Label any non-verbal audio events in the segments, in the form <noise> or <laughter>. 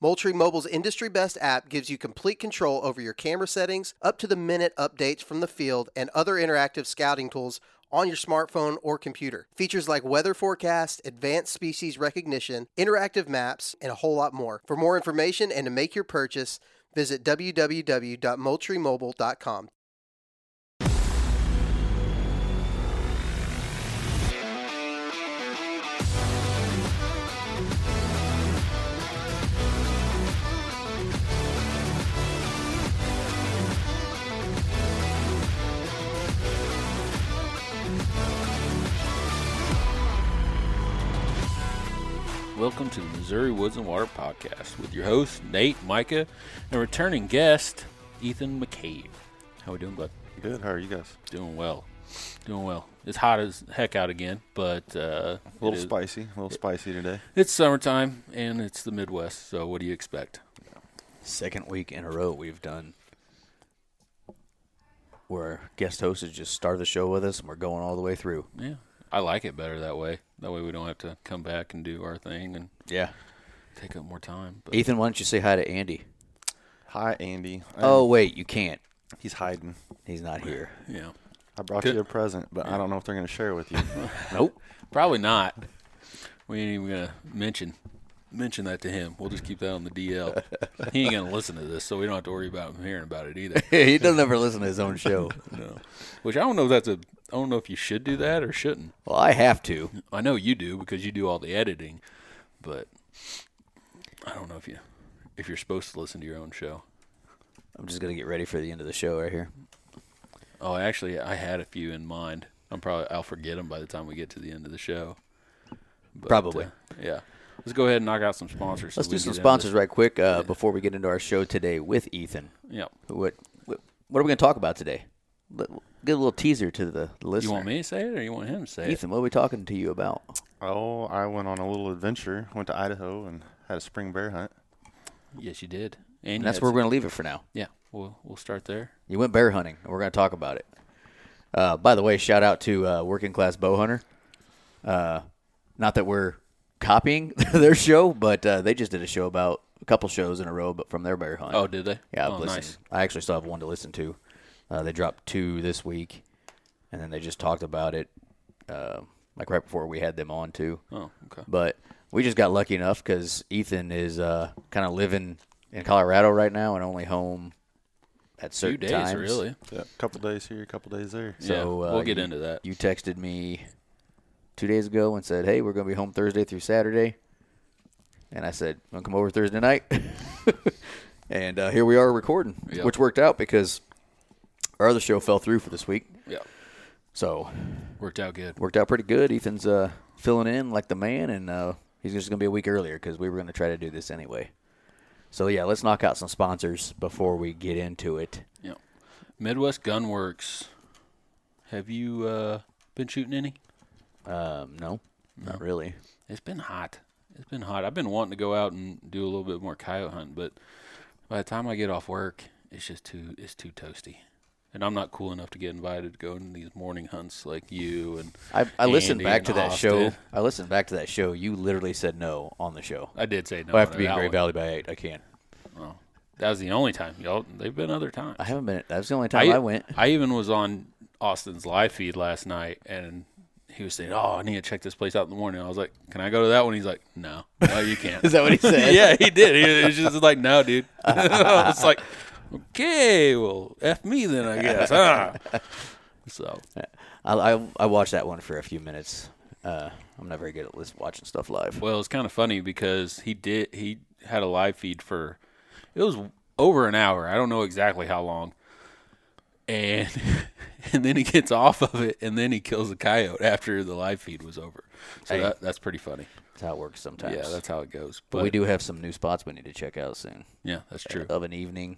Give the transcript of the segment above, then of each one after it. Moultrie Mobile's industry best app gives you complete control over your camera settings, up to the minute updates from the field, and other interactive scouting tools on your smartphone or computer. Features like weather forecast, advanced species recognition, interactive maps, and a whole lot more. For more information and to make your purchase, visit www.moultriemobile.com. Welcome to the Missouri Woods and Water Podcast with your hosts, Nate, Micah, and returning guest, Ethan McCabe. How we doing, bud? Good. How are you guys? Doing well. Doing well. It's hot as heck out again, but uh, A little it is- spicy. A little spicy today. It's summertime and it's the Midwest, so what do you expect? Second week in a row we've done where guest host has just started the show with us and we're going all the way through. Yeah, I like it better that way. That way we don't have to come back and do our thing and Yeah. take up more time. But Ethan, why don't you say hi to Andy? Hi, Andy. I- Oh wait, you can't. he's hiding. He's not here. <laughs> yeah, I brought Good. you a present, but I don't know if they're going to share with you. Nope. probably not. We ain't even gonna mention mention that to him. We'll just keep that on the DL. he ain't gonna listen to this, so we don't have to worry about him hearing about it either. <laughs> he doesn't ever listen to his own <laughs> show. No. Which I don't know if that's a I don't know if you should do that or shouldn't. Well, I have to. I know you do because you do all the editing, but I don't know if you if you're supposed to listen to your own show. I'm just gonna get ready for the end of the show right here. Oh, actually I had a few in mind. I'm probably I'll forget them by the time we get to the end of the show. But, Probably. uh, yeah. Let's go ahead and knock out some sponsors. so Let's we do can some get into sponsors this. right quick uh, before we get into our show today with Ethan. Yeah. What what, what are we gonna talk about today? Let- Get a little teaser to the listener. You want me to say it or you want him to say Ethan, what are we talking to you about? <laughs> oh, I went on a little adventure. Went to Idaho and had a spring bear hunt. it? Yes, you did. And, And you that's had where some- we're gonna leave it for now. Yeah, we'll we'll start there. You went bear hunting, and we're going to talk about it. Uh, by the way, shout out to uh, Working Class Bow Hunter. Uh, not that we're copying <laughs> their show, but uh, they just did a show about a couple shows in a row, but from their bear hunt. Oh, did they? yeah, I've oh, listened. nice. I actually still have one to listen to. Uh, they dropped two this week, and then they just talked about it, uh, like right before we had them on too. Oh, okay. But we just got lucky enough because Ethan is uh, kind of living in Colorado right now and only home at Two certain days times. really. Yeah, couple days here, couple days there. Yeah, So uh, we'll get you- into that. You texted me two days ago and said, "Hey, we're going to be home Thursday through Saturday," and I said, "Want to come over Thursday night?" <laughs> and uh, here we are recording, Yeah. which worked out because our other show fell through for this week, Yeah, so worked out good. worked out pretty good. Ethan's uh, filling in like the man, and uh, he's just going to be a week earlier because we were going to try to do this anyway. So yeah, let's knock out some sponsors before we get into it. Yeah. Midwest Gunworks. Have you uh, been shooting any? Um, no, not really. It's been hot. It's been hot. I've been wanting to go out and do a little bit more coyote hunting, but by the time I get off work, it's just too it's too toasty. And I'm not cool enough to get invited to go on these morning hunts like you and I, I listened Andy back and to that show. Austin. I listened back to that show. You literally said no on the show. I did say no. I have on to be in that Great one. Valley by eight. I can't. Oh, that was the only time, y'all. They've been other times. I haven't been. That's the only time I, went. I even was on Austin's live feed last night, and he was saying, "Oh, I need to check this place out in the morning." I was like, "Can I go to that one?" He's like, "No, no, you can't." <laughs> Is that what he <laughs> said? yeah, he did. He was just like, "No, dude." <laughs> I was like, "Okay, well, f me then, I guess." <laughs> Huh? So I, I I watched that one for a few minutes. Uh, I'm not very good at lis- watching stuff live. Well, it's kind of funny because he did he had a live feed for it was over an hour. I don't know exactly how long. And <laughs> and then he gets off of it and then he kills a coyote after the live feed was over. So Hey. that, that's pretty funny. That's how it works sometimes. Yeah, that's how it goes. but we do have some new spots we need to check out soon. Yeah, that's true. Of an evening,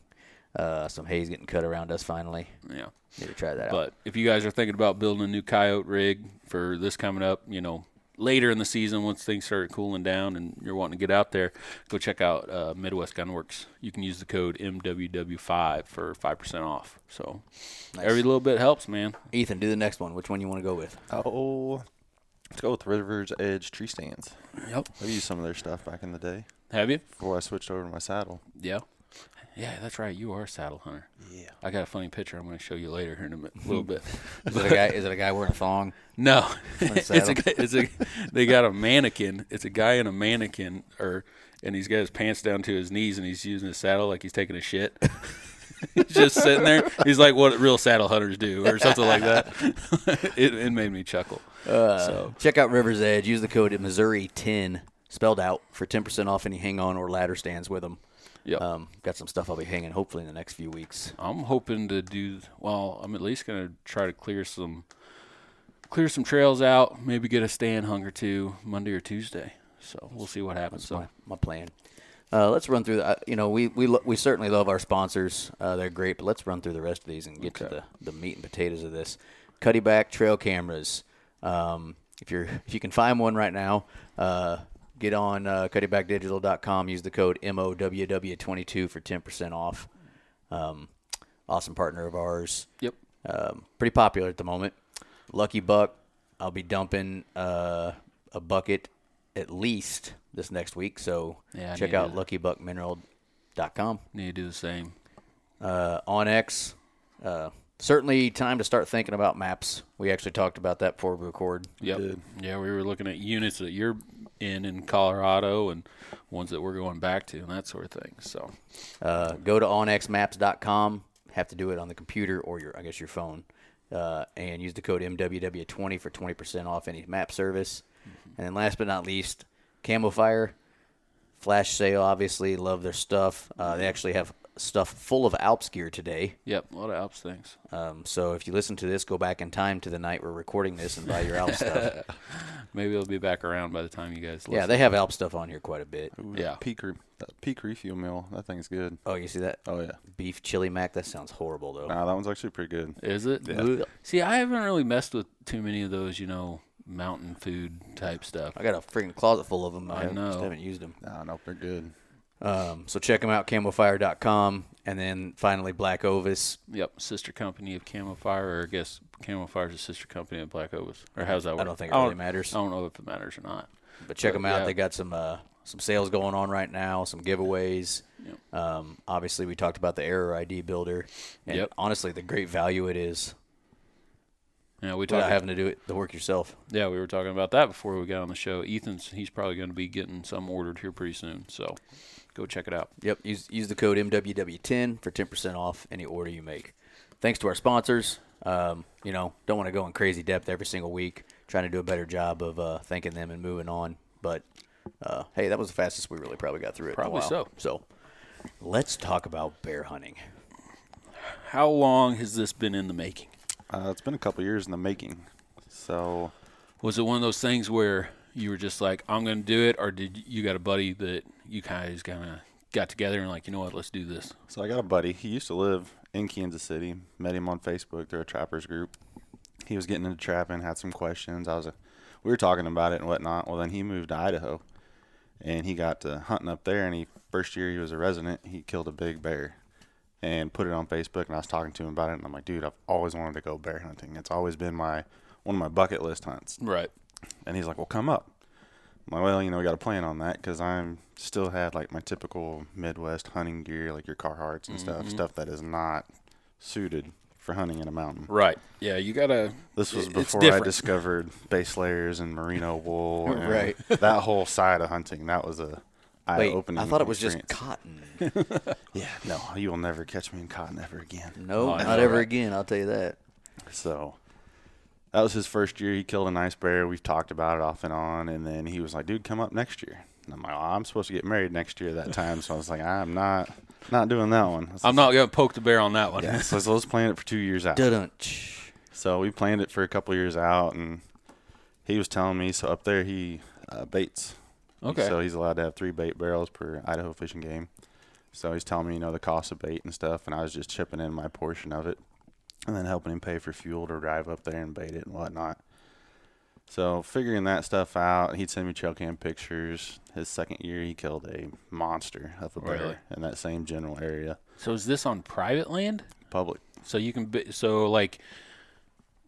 Uh, some hay's getting cut around us finally. Yeah. Need to try that out. But if you guys are thinking about building a new coyote rig for this coming up, you know, later in the season, once things start cooling down and you're wanting to get out there, go check out uh, Midwest Gunworks. You can use the code MWW5 for 5% off. So every little bit helps, man. Ethan, do the next one. Which one you want to <laughs> go with? Oh, let's go with River's Edge tree stands. Yep. I've used some of their stuff back in the day Have you? before I switched over to my saddle. Yeah. Yeah, that's right. You are a saddle hunter. Yeah. I got a funny picture I'm going to show you later here in a mi- <laughs> little bit. Is it a guy? Is it a guy wearing a thong? No, <laughs> it's saddle. a, guy- it's a they got a mannequin. It's a guy in a mannequin, or and he's got his pants down to his knees, and he's using his saddle like he's taking a shit. <laughs> he's just sitting there. He's like what real saddle hunters do, or something like that. <laughs> it, it made me chuckle. so Uh, Check out River's Edge. Use the code Missouri ten spelled out for ten percent off any hang on or ladder stands with them. Yep. Um, got some stuff I'll be hanging hopefully in the next few weeks. I'm hoping to do well. I'm at least going to try to clear some clear some trails out. Maybe get a stand hung or two Monday or Tuesday. So we'll see what happens. So my, my plan. Uh, let's run through the. Uh, you know, we we lo- we certainly love our sponsors. Uh, they're great, but let's run through the rest of these and get to the, the meat and potatoes of this. Cuddyback trail cameras. Um, if you're if you can find one right now, uh, get on uh, cuddybackdigital.com. Use the code MOWW22 for ten percent off. Um, awesome partner of ours. yep. Um, pretty popular at the moment. Lucky Buck. I'll be dumping uh, a bucket at least this next week. So Yeah, I check need out to- luckybuckmineral.com. Need to do the same. Uh, on X, uh, certainly time to start thinking about maps. We actually talked about that before we record. Yep. Yeah, we were looking at units that you're in in Colorado and ones that we're going back to and that sort of thing. So, Uh, go to onxmaps.com. Have to do it on the computer or your, I guess, your phone, uh, and use the code MWW20 for 20% off any map service. Mm-hmm. And then, last but not least, Camo Fire, flash sale. Obviously, love their stuff. Uh, they actually have stuff full of Alps gear today. yep, a lot of Alps things. Um, so if you listen to this, go back in time to the night we're recording this and buy your <laughs> Alps stuff. Maybe it'll be back around by the time you guys Yeah, listen. they have Alps stuff on here quite a bit. Ooh, Yeah. Peak, re- that peak refuel meal. That thing's good. Oh, you see that? Oh, yeah. Beef chili mac. That sounds horrible though. Nah, that one's actually pretty good. Is it? Yeah. See, I haven't really messed with too many of those, you know, mountain food type stuff. I got a freaking closet full of them. I, know. just haven't used them. Nah, nope, they're good. Um, so check them out, camofire.com. And then finally, Black Ovis. Yep, sister company of Camo Fire, or I guess Camo Fire is a sister company of Black Ovis. Or how's that work? don't think it really matters. I don't know if it matters or not. But check them out. yeah. They got some uh, some sales going on right now, some giveaways. Um, obviously, we talked about the Error ID builder. And Yep. honestly, the great value it is Yeah, we without talked having to do it the work yourself. Yeah, we were talking about that before we got on the show. Ethan's he's probably going to be getting some ordered here pretty soon, so go check it out. Yep. Use, use the code MWW10 for 10% off any order you make. Thanks to our sponsors. Um, you know, don't want to go in crazy depth every single week, trying to do a better job of uh, thanking them and moving on. But uh, hey, that was the fastest we really probably got through it. Probably in a while. so. So let's talk about bear hunting. How long has this been in the making? Uh, it's been a couple years in the making. So, Was it one of those things where you were just like, "I'm going to do it," or did you got a buddy that you guys kind of got together and like, you know what, let's do this? so I got a buddy. He used to live in Kansas City. Met him on Facebook through a trappers group. He was getting into trapping, had some questions. I was, a, we were talking about it and whatnot. Well, then he moved to Idaho, and he got to hunting up there. And he first year he was a resident, he killed a big bear, and put it on Facebook. And I was talking to him about it, and I'm like, dude, I've always wanted to go bear hunting. It's always been my one of my bucket list hunts. Right. And he's like, "Well, come up." I'm like, well, you know, we got a plan on that because I'm still had like my typical Midwest hunting gear, like your Carhartts and stuff, Mm-hmm. stuff that is not suited for hunting in a mountain. Right. Yeah, you gotta. This was it- it's before I different. discovered base layers and <laughs> merino wool, and Right. That whole side of hunting. That was a eye Wait, opening. I thought it was just cotton. yeah. No, you will never catch me in cotton ever again. No, Oh, I not know, ever right? again. I'll tell you that. So that was his first year. He killed a nice bear. We've talked about it off and on. And then he was like, dude, come up next year. And I'm like, "Well, I'm supposed to get married next year that time. So I was like, I'm not not doing that one. I was I'm like, not going to poke the bear on that one. Yeah, so let's- let's plan it for two years out. Dudunch. So we planned it for a couple years out. And he was telling me, so up there he uh, baits. Okay. So he's allowed to have three bait barrels per Idaho fishing game. So he's telling me, you know, the cost of bait and stuff, and I was just chipping in my portion of it, and then helping him pay for fuel to drive up there and bait it and whatnot. So figuring that stuff out, he'd send me trail cam pictures. His second year, he killed a monster of a bear Really? in that same general area. So is this on private land? Public. So you can be, so like,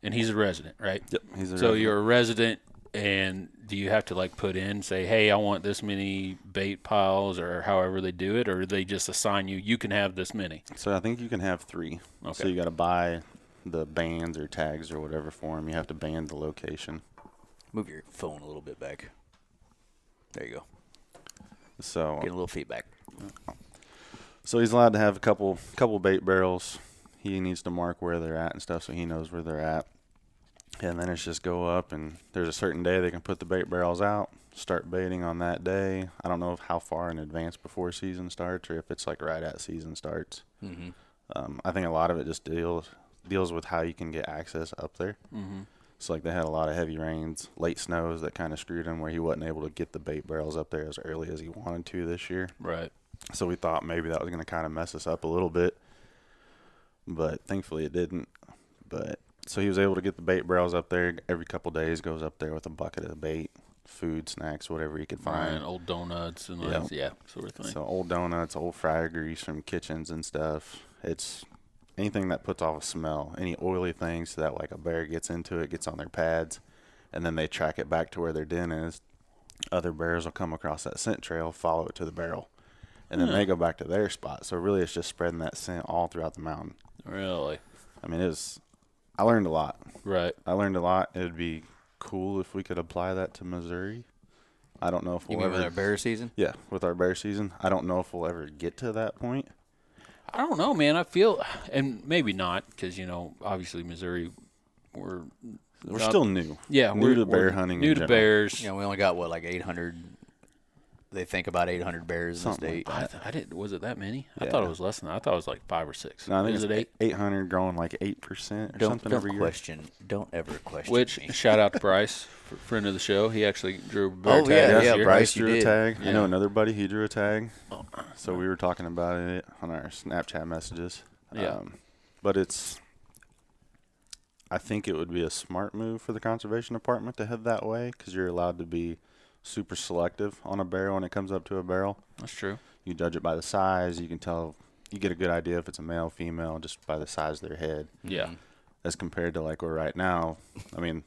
and he's a resident, right? Yep. He's a So resident. you're a resident, and do you have to like put in say, hey, I want this many bait piles, or however they do it, or they just assign you, you can have this many. So I think you can have three. So Okay. you got to buy the bands or tags or whatever for them. You have to band the location. Move your phone a little bit back. There you go. So Get a little feedback. so he's allowed to have a couple couple bait barrels. He needs to mark where they're at and stuff, so he knows where they're at. And then it's just go up, and there's a certain day they can put the bait barrels out, start baiting on that day. I don't know if how far in advance before season starts, or if it's like right at season starts. Mm-hmm. Um, I think a lot of it just deals deals with how you can get access up there. Mm-hmm. So like they had a lot of heavy rains, late snows that kind of screwed him where he wasn't able to get the bait barrels up there as early as he wanted to this year. Right. So we thought maybe that was going to kind of mess us up a little bit, but thankfully it didn't. But so he was able to get the bait barrels up there every couple days. Goes up there with a bucket of bait, food, snacks, whatever he could Fine. find. Old donuts and Yeah. yeah, yeah sort of thing. So old donuts, old fryer grease from kitchens and stuff. It's anything that puts off a smell, any oily things so that like a bear gets into it, gets on their pads, and then they track it back to where their den is. Other bears will come across that scent trail, follow it to the barrel, and then they Hmm. go back to their spot. So really, it's just spreading that scent all throughout the mountain. Really. I mean, it's I learned a lot. Right. I learned a lot. It'd be cool if we could apply that to Missouri. I don't know if You we'll mean ever with our bear season? yeah, with our bear season, I don't know if we'll ever get to that point. I don't know, man. I feel, and maybe not, because you know, obviously Missouri, we're We're Not- still new. Uh, yeah, new we're, to we're bear hunting. new in to general. bears. You know, we only got what like 800. They think about 800 bears in Something the like state. I, th- I didn't. Was it that many? I thought it Yeah. was less than. that. I thought it was like five or six. No, I think Is it's it eight? eight hundred, growing like eight percent or don't something don't every year. question. Don't ever question Which me. shout out to Bryce, f- friend of the show. He actually drew a bear Oh, tag yeah, this yeah, year. Bryce Bryce, you drew a did. tag. I Yeah. Oh. know another buddy. He drew a tag. So we were talking about it on our Snapchat messages. Um, Yeah. but it's. I think it would be a smart move for the conservation department to head that way because you're allowed to be super selective on a barrel when it comes up to a barrel. That's true. You judge it by the size. You can tell. You get a good idea if it's a male, female, just by the size of their head, Yeah, as compared to like we're right now. I mean,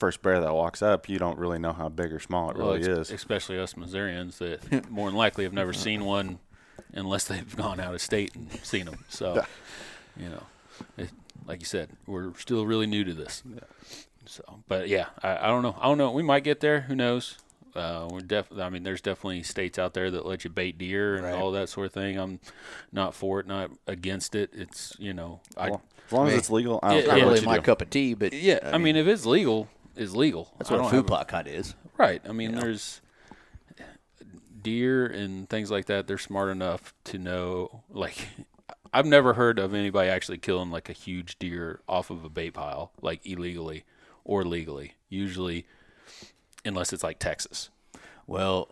first bear that walks up, you don't really know how big or small it Well, really ex- is. Especially us Missourians that <laughs> more than likely have never seen one, unless they've gone out of state and seen them. <laughs> So, you know, it, like you said, we're still really new to this. So, but yeah, I, I don't know. I don't know. We might get there. Who knows? Uh, we're def- I mean, there's definitely states out there that let you bait deer and Right. all that sort of thing. I'm not for it, not against it. It's you know, I Well, as long as me. it's legal, I don't Yeah, care Not yeah. what really you my do. cup of tea, but yeah. I mean, if it's legal, it's legal. that's I what a don't food have a- plot kind of is. Right. I mean, there's deer and things like that. They're smart enough to know. Like, I've never heard of anybody actually killing like a huge deer off of a bait pile, like illegally or legally. Usually, unless it's like Texas. Well,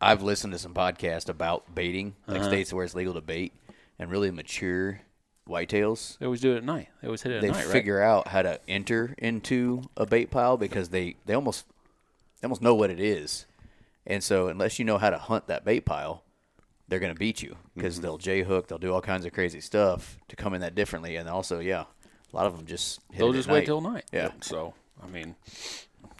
I've listened to some podcasts about baiting, like states where it's legal to bait, and really mature whitetails. They always do it at night. They always hit it at They night, figure out how to enter into a bait pile because they they almost they almost know what it is, and so unless you know how to hunt that bait pile, they're gonna beat you because Mm-hmm. they'll j hook, they'll do all kinds of crazy stuff to come in that differently, and also yeah, a lot of them just hit right? They'll it at just wait night. till night. Yeah. So I mean,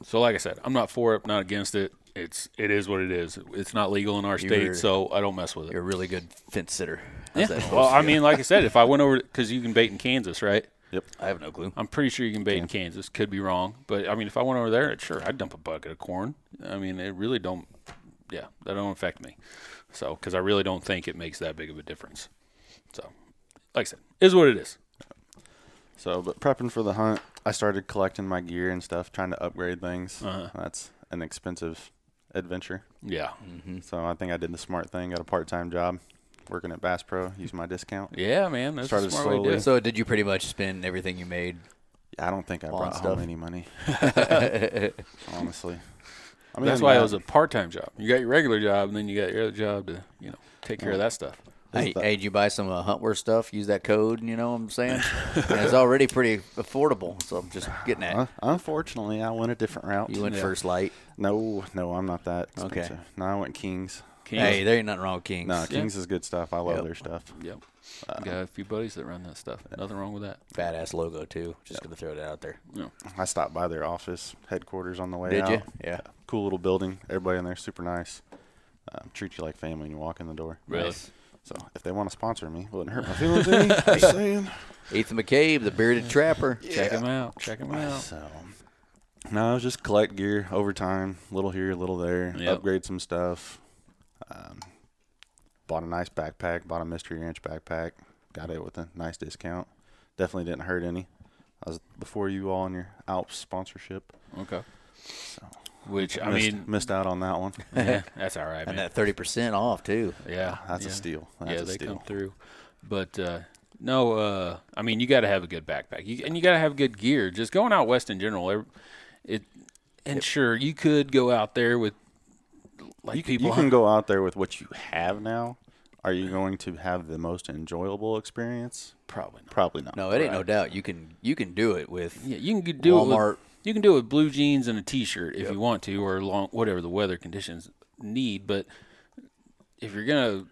so like I said, I'm not for it, not against it. It's it is what it is. It's not legal in our were- state, so I don't mess with it. You're a really good fence sitter. Yeah. How's that? Well, I mean, like I said, if I went over because you can bait in Kansas, right? Yep. I have no clue. I'm pretty sure you can bait in Kansas. Could be wrong, but I mean, if I went over there, sure, I'd dump a bucket of corn. I mean, it really don't. Yeah, that don't affect me. So, because I really don't think it makes that big of a difference. So, like I said, is what it is. So, but prepping for the hunt, I started collecting my gear and stuff, trying to upgrade things. Uh-huh. That's an expensive adventure. Yeah, So I think I did the smart thing. Got a part-time job, working at Bass Pro. Used my discount. yeah, man. That's Started a smart way to do slowly. it. So did you pretty much spend everything you made? <laughs> I don't think I brought stuff. home any money. <laughs> Honestly, I mean, that's why yeah, it was a part-time job. You got your regular job, and then you got your other job to you know take care of that stuff. Hey, hey, did you buy some uh, Huntworth stuff? Use that code, you know what <laughs> I'm saying? And it's already pretty affordable, so I'm just getting at un- Unfortunately, I went a different route. You went first light. No, no, I'm not that. Okay. Expensive. No, I went Kings. Kings. Hey, there ain't nothing wrong with Kings. No, Kings is good stuff. I love Yep. their stuff. Yep. got a few buddies that run that stuff. Nothing wrong with that. Badass logo, too. Just going to throw that out there. No. I stopped by their office headquarters on the way Did out. you? Yeah. Cool little building. Everybody in there super nice. Um, treat you like family when you walk in the door. Really? So if they want to sponsor me, wouldn't <laughs> hurt my feelings any. Just saying. Ethan McCabe, the bearded trapper. Check them out. Check them out. So no, it was just collect gear over time, little here, little there, Yep. upgrade some stuff. Um, bought a nice backpack, bought a Mystery Ranch backpack, got it with a nice discount. Definitely didn't hurt any. I was before you all in your Alps sponsorship. Okay. Which I missed, <laughs> mean, missed out on that one. yeah, that's all right, And man. that 30% off, too. yeah, That's yeah. a steal. That's yeah, a they steal. come through. But uh, no, uh, I mean, you got to have a good backpack, you, and you got to have good gear. Just going out west in general, ev- it. And sure, you could go out there with like <laughs> people. You can go out there with what you have now. Are you going to have the most enjoyable experience? probably not. Probably not. No, it ain't no doubt. You can you can do it with Yeah, you can do it. Walmart. With, you can do it with blue jeans and a t-shirt if you want to, or long whatever the weather conditions need. But if you're gonna,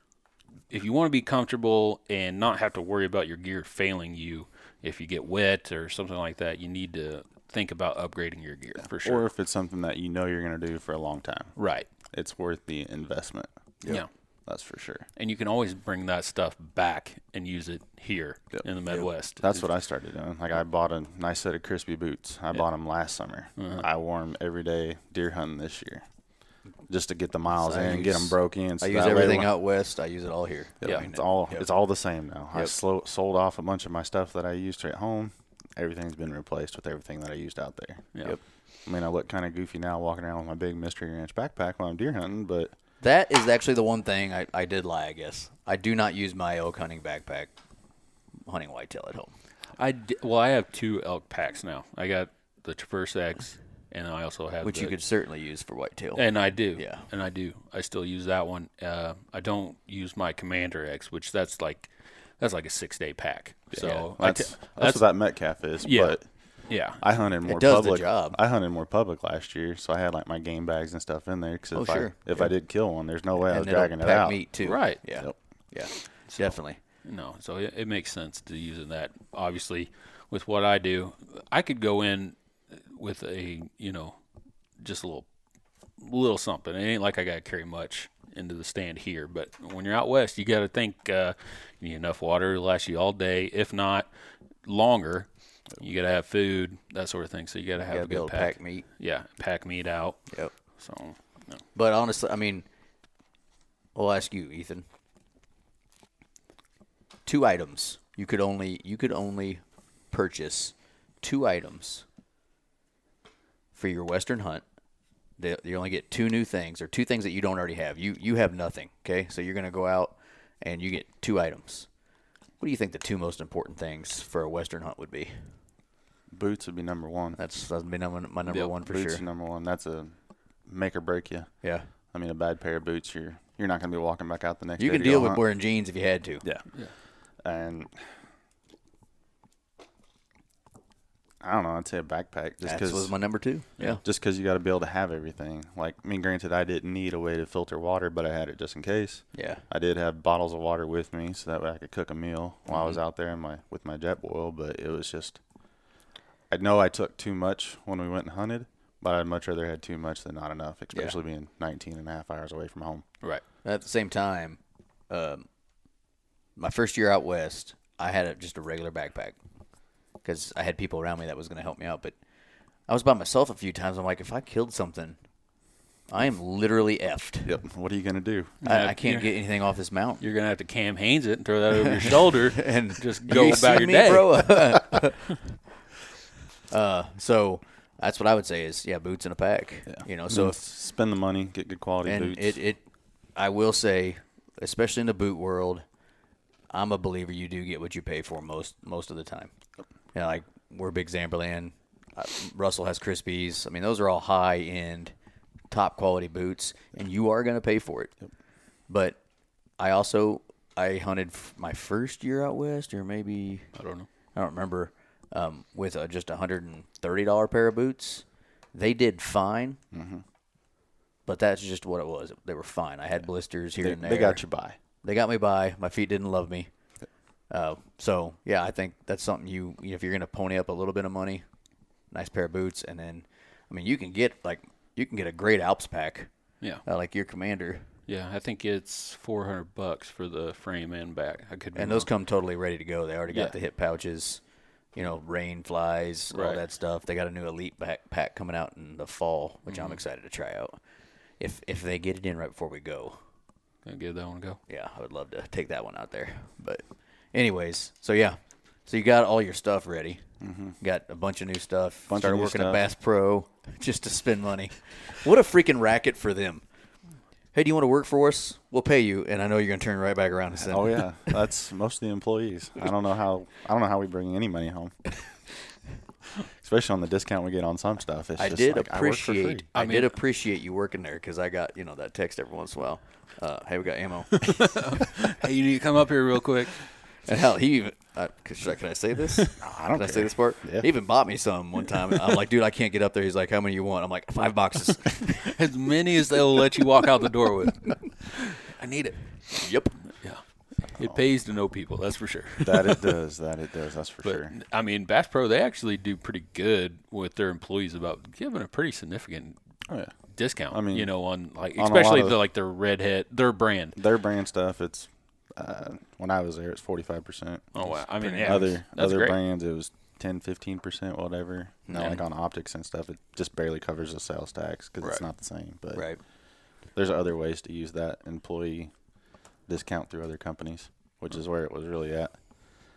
if you want to be comfortable and not have to worry about your gear failing you if you get wet or something like that, you need to think about upgrading your gear for sure. Or if it's something that you know you're going to do for a long time, right. it's worth the investment. Yeah. That's for sure. And you can always bring that stuff back and use it here in the Midwest. That's what I started doing. Like I bought a nice set of crispy boots. I bought 'em bought them last summer. I wore them every day deer hunting this year, just to get the miles I in, get them use- broke in. So I use that way everything when- out west. I use it all here. Yeah, it's all it's all the same now. I slow, sold off a bunch of my stuff that I used at home. Everything's been replaced with everything that I used out there. Yeah. Yep. I mean, I look kind of goofy now walking around with my big mystery ranch backpack while I'm deer hunting, but That is actually the one thing I, I did lie, I guess. I do not use my elk hunting backpack hunting whitetail at home. I d- well, I have two elk packs now. I got the Traverse X, and I also have Which you the- could certainly use for whitetail. And I do. Yeah. And I do. I still use that one. Uh, I don't use my Commander X, which that's like that's like a six day pack. So I that's t- that's, what that Metcalf is. Yeah. But yeah. I hunted more does the public. job. I hunted more public last year, so I had like my game bags and stuff in there. Because if Oh, sure. I if I did kill one, there's no way I was and it'll dragging it pack out. meat too. Right. Yeah. Yep. Yeah. Definitely. No, so it, it makes sense to use in that. Obviously, with what I do, I could go in with a you know just a little little something. It ain't like I got to carry much into the stand here, but when you're out west, you got to think uh, you need enough water to last you all day, if not longer. You got to have food, that sort of thing. So you got to have Gotta a be able good to pack. pack. meat. Yeah, pack meat out. Yep. So no. But honestly, I mean, I'll ask you, Ethan. Two items you could only you could only purchase two items for your Western hunt. They, you only get two new things or two things that you don't already have. You you have nothing. Okay, so you're gonna go out and you get two items. What do you think the two most important things for a Western hunt would be? Boots would be number one. That's that's been number, my number Yep, one for Boots sure. are number one. That's a make or break you. Yeah, I mean, a bad pair of boots, you're you're not going to be walking back out the next. you day can to go deal with hunt. wearing jeans if you had to. Yeah. And I don't know. I'd say a backpack just That was because my number two. Yeah. just because you got to be able to have everything. Like, I mean, granted, I didn't need a way to filter water, but I had it just in case. Yeah. I did have bottles of water with me, so that way I could cook a meal while I Mm-hmm. was out there in my with my jet boil. But it was just, I know I took too much when we went and hunted, but I'd much rather had too much than not enough, especially being 19 and a half hours away from home. Right. At the same time, um, my first year out west, I had a, just a regular backpack because I had people around me that was going to help me out. But I was by myself a few times. I'm like, if I killed something, I am literally effed. Yep. <laughs> What are you gonna do? I, I can't get anything off this mountain. You're gonna have to Cam Haines it and throw that <laughs> over your shoulder <laughs> and just go You see about your me, day. <laughs> bro? <laughs> uh, so that's what I would say is yeah, boots in a pack. You know, so So if spend the money, get good quality and boots. it it I will say, especially in the boot world, I'm a believer you do get what you pay for most most of the time. You know, like we're big Zamberland. uh, Russell has Crispies. I mean, those are all high end top quality boots, and you are going to pay for it. But I also I hunted f- my first year out west, or maybe I don't know. I don't remember, um, with a, just a hundred and thirty dollar pair of boots. They did fine, Mm-hmm. but that's just what it was. They were fine. I had blisters here They, and there. they got you by. They got me by. My feet didn't love me. Uh, so yeah, I think that's something you, you know, if you're gonna pony up a little bit of money, nice pair of boots, and then, I mean, you can get like you can get a great Alps pack, Yeah. uh, like your Commander, Yeah, I think it's 400 bucks for the frame and back. I could be and those wrong. come totally ready to go. They already got Yeah. the hip pouches, you know, rain flies, all Right. that stuff. They got a new Elite back pack coming out in the fall, which Mm-hmm. I'm excited to try out. If if they get it in right before we go, Gonna give that one a go. yeah, I would love to take that one out there. But, anyways, so yeah, so you got all your stuff ready. Got a bunch of new stuff. Mm-hmm. Bunch of Started new working at stuff. Bass Pro <laughs> just to spend money. What a freaking racket for them! Hey, do you want to work for us? We'll pay you, and I know you're gonna turn right back around and send. <laughs> Oh yeah, that's most of the employees. I don't know how I don't know how we bring any <laughs> money home, especially on the discount we get on some stuff. It's I just did like, I work for free. appreciate. I, did appreciate you working there because I got you know that text every once in a while. Uh, hey, we got ammo. <laughs> <laughs> Hey, you need to come up here real <laughs> quick. And hell, he even uh, could- should I, can I say <laughs> this? I don't Can I say care. this part? Yeah. He even bought me some one time. I'm like, dude, I can't get up there. He's like, how many you want? I'm like, five boxes. <laughs> As many as they'll let you walk out the door <laughs> with. I need it. yep. Yeah. It pays to know people, that's for <laughs> sure. that it does. That it does. That's for But sure. I mean, Bass Pro they actually do pretty good with their employees about giving a pretty significant Oh yeah, discount. I mean, you know, on like on a lot especially of- the like their red hat, their brand. their brand stuff. It's uh, when I was there, it's forty five percent. Oh wow! I mean, yeah, Other that's other great. brands, it was 10, 15 percent, whatever. Now, Yeah. like on optics and stuff, it just barely covers the sales tax because Right. it's not the same. But Right. there's other ways to use that employee discount through other companies, which is where it was really at.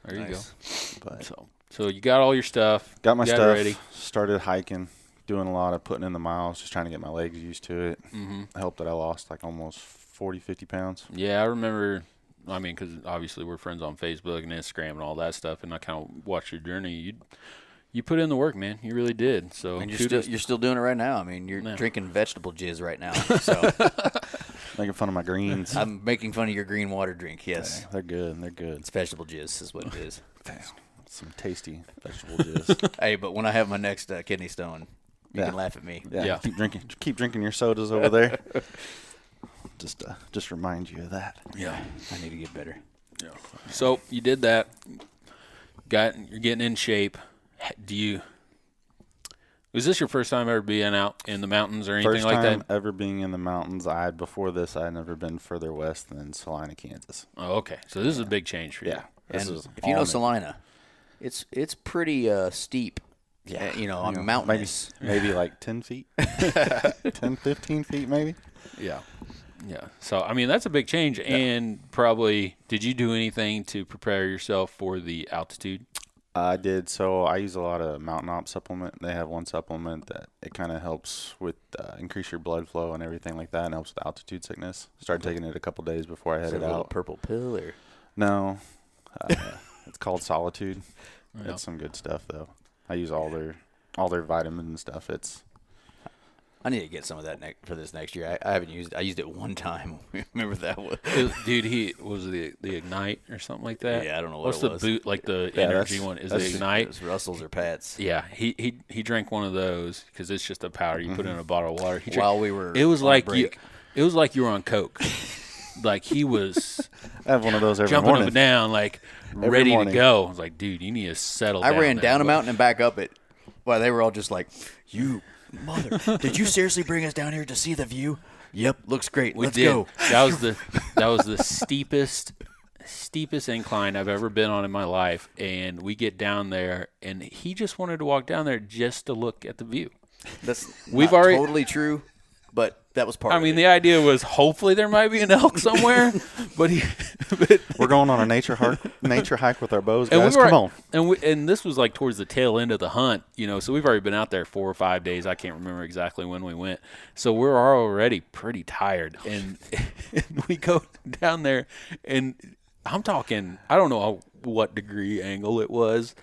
There you Nice. But go. So, so you got all your stuff. Got my you stuff. ready. Started hiking, doing a lot of putting in the miles, just trying to get my legs used to it. Mm-hmm. Helped that I lost like almost 40, 50 pounds. Yeah, I remember. I mean, because obviously we're friends on Facebook and Instagram and all that stuff, and I kind of watched your journey. You you put in the work, man. You really did. So And you're kudos- still you're still doing it right now. I mean, you're Yeah. drinking vegetable jizz <laughs> right now. So Making fun of <laughs> my greens. I'm making fun of your green water drink. Yes, they're good. They're good. it's vegetable jizz is what it is. Some tasty vegetable <laughs> jizz. hey, but when I have my next uh, kidney stone, you Yeah. can laugh at me. Yeah, Yeah. Keep drinking. Keep drinking your sodas over there. <laughs> just, uh, just remind you of that. yeah. I need to get better. So you did that. Got you're getting in shape. Do you? Was this your first time ever being out in the mountains or anything First like time that? ever being in the mountains. I had before this. I had never been further west than Salina, Kansas. Oh, okay. So this is a big change for you. Yeah, this and is if you know all new. Salina, it's it's pretty uh, steep. Yeah, you know, I'm maybe mountainous. maybe like <laughs> 10 feet <laughs> 10 15 feet maybe Yeah. Yeah. So I mean that's a big change and probably did you do anything to prepare yourself for the altitude? i did so i use a lot of mountain op supplement they have one supplement that it kind of helps with uh, increase your blood flow and everything like that and helps with altitude sickness started taking it a couple days before i Is it headed a little out purple pill or no uh, it's called solitude it's some good stuff though i use all their all their vitamin and stuff it's I need to get some of that ne- for this next year. I, I haven't used. I used it one time. <laughs> Remember that one? It- Dude, he was the the ignite or something like that. Yeah, I don't know what What's it the was. boot like the Yeah, energy that's- one is that's- the It ignite. was Russells or Pats. yeah, he, he he drank one of those because it's just a powder you Mm-hmm. put in a bottle of water. He drank, While we were it was on like break. you, it was like you were on <laughs> coke, like he was i have one of those every jumping morning up and down, like ready to morning. go. I was like, dude, you need to settle. I ran there, down a bud." mountain and back up it. Well, they were all just like, "You mother! did you seriously bring us down here to see the view? Yep, looks great. We Let's did. <laughs> go." That was the that was the steepest steepest incline I've ever been on in my life. And we get down there, and he just wanted to walk down there just to look at the view. That's We've not already- totally true, but that was part. I of mean, it. the idea was hopefully there might be an elk somewhere, but he but, we're going on a nature hike nature hike with our bows and guys we were come on and we, and this was like towards the tail end of the hunt, you know. So we've already been out there four or five days. I can't remember exactly when we went. So we're already pretty tired, and, <laughs> and we go down there, and I'm talking. I don't know what degree angle it was,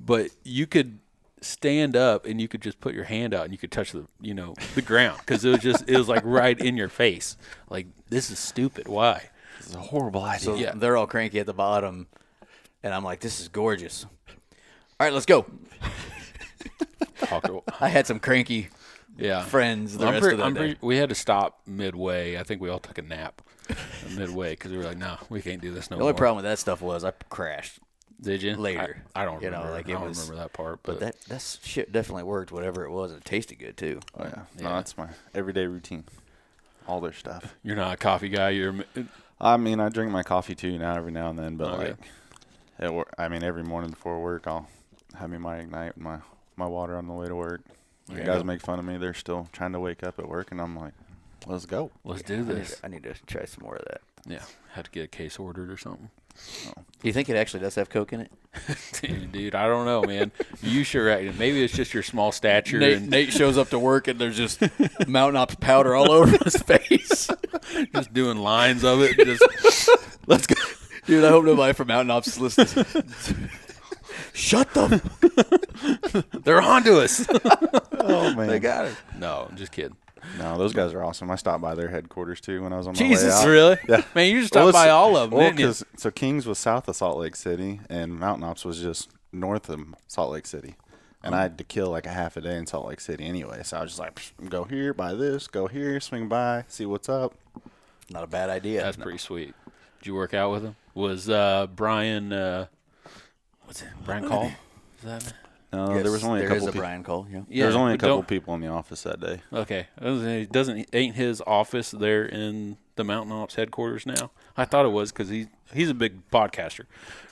but you could stand up and you could just put your hand out and you could touch the you know the ground because it was just it was like right in your face. Like this is stupid. Why? This is a horrible idea. Yeah. They're all cranky at the bottom, and I'm like, this is gorgeous. All right, let's go. Talked to- I had some cranky yeah. friends the I'm rest pretty- of the I'm day. pretty- we had to stop midway. I think we all took a nap <laughs> midway because we were like, no, we can't do this no the only more. problem with that stuff was I crashed. Did you later, I, I don't you know, remember. like, I it don't was- remember that part. But, But that that shit definitely worked. Whatever it was, it tasted good too. Oh, yeah. No, that's my everyday routine. All their stuff. you're not a coffee guy. You're I mean, I drink my coffee too now every now and then, but Okay. like, at work, I mean, every morning before work, I'll have me my ignite, my my water on the way to work. You Yeah. guys make fun of me. They're still trying to wake up at work, and I'm like, let's go. let's do I need, this. I need to try some more of that. Yeah, had to get a case ordered or something. <laughs> Do you think it actually does have coke in it? Dude, dude, I don't know, man. You sure right. Maybe it's just your small stature Nate, and Nate shows up to work and there's <laughs> just Mountain Ops powder all over his <laughs> face. <laughs> just doing lines of it. Just <laughs> Let's go, dude. I hope nobody from Mountain Ops is <laughs> listening. Shut the. they're onto us. <laughs> <laughs> Oh man, they got it. No, I'm just kidding. No, those guys are awesome. I stopped by their headquarters too when I was on my way Jesus, out. really? Yeah. <laughs> Man, you just stopped by all of them, Well, didn't you? 'cause- so Kings was south of Salt Lake City, and Mountain Ops was just north of Salt Lake City. Mm. And I had to kill like a half a day in Salt Lake City anyway, so I was just like, "Psh, go here, buy this, go here, swing by, see what's up. Not a bad idea. That's pretty sweet. Did you work out with him? Was uh, Brian? Uh, what's it? Brian Call? Is that? No, Yes, there was only a there couple. is a peop- Brian Cole. Yeah. Yeah, there was only a but couple don't- people in the office that day. Okay, I was gonna say, doesn't ain't his office there in the Mountain Ops headquarters now? I thought it was because he he's a big podcaster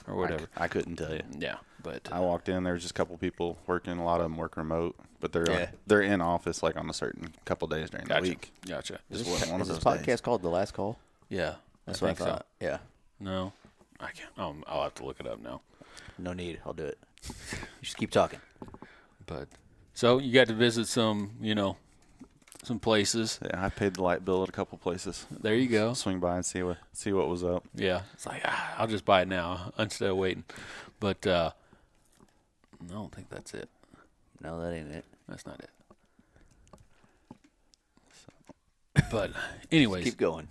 or whatever. I couldn't tell you. Yeah, but I walked in. There was just a couple people working. A lot of them work remote, but they're Yeah. they're in office like on a certain couple days during gotcha, the week. gotcha. Just wasn't one Is of this those podcast days. called The Last Call? Yeah, That's what I think so. thought. Yeah. No, I can't. Um, I'll have to look it up now. No need. I'll do it. <laughs> You just keep talking. But so you got to visit some, you know, some places. Yeah, I paid the light bill at a couple places. There you go. Swing by and see what see what was up. Yeah, it's like ah, I'll just buy it now instead of waiting. But uh, I don't think that's it. No, that ain't it. That's not it. But anyways, Keep going.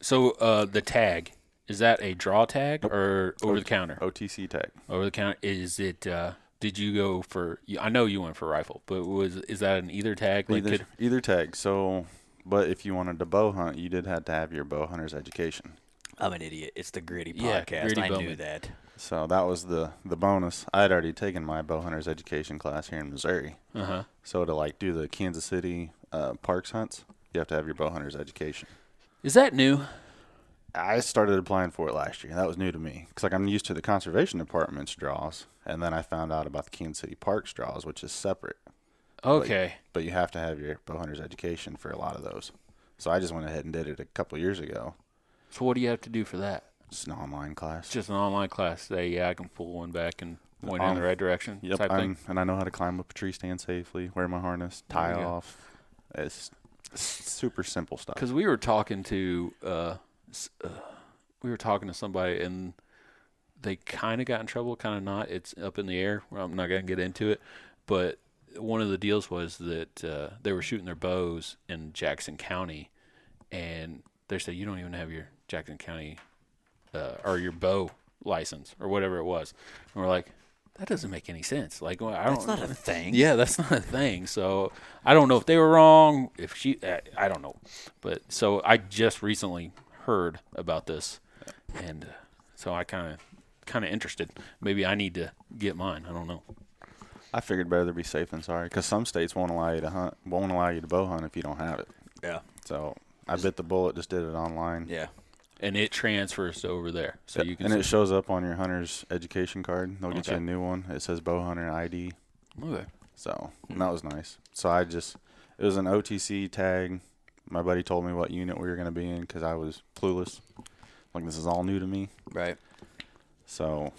So uh, the tag is that a draw tag or over the counter? OTC tag. Over the counter is it? Uh, did you go for? you- I know you went for rifle, but was is that an either tag? Like Either could- either tag. So, but if you wanted to bow hunt, you did have to have your bow hunter's education. I'm an idiot. It's the Gritty Yeah, podcast. Gritty I knew Bowman. that. So that was the the bonus. I had already taken my bow hunter's education class here in Missouri. uh-huh. So to like do the Kansas City uh, parks hunts, you have to have your bow hunter's education. Is that new? I started applying for it last year. That was new to me because like I'm used to the conservation department's draws, and then I found out about the Kansas City Parks draws, which is separate. Okay, But you have to have your bow hunter's education for a lot of those. So I just went ahead and did it a couple years ago. so what do you have to do for that? It's an online class. It's just an online class. Say yeah, I can pull one back and point it in Um, the right direction. Yep, type I'm, thing. and I know how to climb up a tree stand safely, wear my harness, tie you go. off. It's super simple stuff. Because we were talking to uh, s- uh, we were talking to somebody and they kind of got in trouble, kind of not. It's up in the air. Well, I'm not gonna get into it, but one of the deals was that uh, they were shooting their bows in Jackson County, and they said you don't even have your Jackson County uh, or your bow license or whatever it was, and we're like. That doesn't make any sense. Like well, I don't. It's <laughs> not a thing. Yeah, that's not a thing. So I don't know if they were wrong. If she, I- I don't know. But so I just recently heard about this, and uh, so I kind of, kind of interested. Maybe I need to get mine. I don't know. I figured better to be safe than sorry because some states won't allow you to hunt, won't allow you to bow hunt if you don't have it. Yeah. So I bit the bullet, just did it online. Yeah. And it transfers to over there, so you can. and it shows up on your hunter's education card. They'll get Okay. you a new one. It says bow hunter ID. okay. So and Hmm. that was nice. So I just, it was an OTC tag. My buddy told me what unit we were going to be in because I was clueless. Like, this is all new to me. Right. So,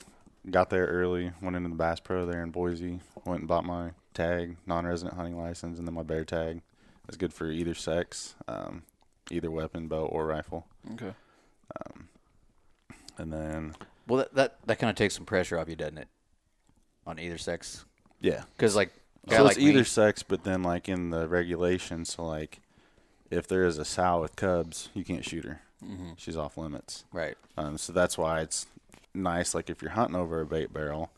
got there early, went into the Bass Pro there in Boise, went and bought my tag, non resident hunting license, and then my bear tag. It's good for either sex, um, either weapon, bow, or rifle. Okay. And then, Well, that that, that kind of takes some pressure off you, doesn't it? On either sex Yeah. Because like, a guy So like it's either me- sex, but then like in the regulations, so like if there is a sow with cubs, you can't shoot her. She's off limits. right. Um, so that's why it's nice. Like if you're hunting over a bait barrel,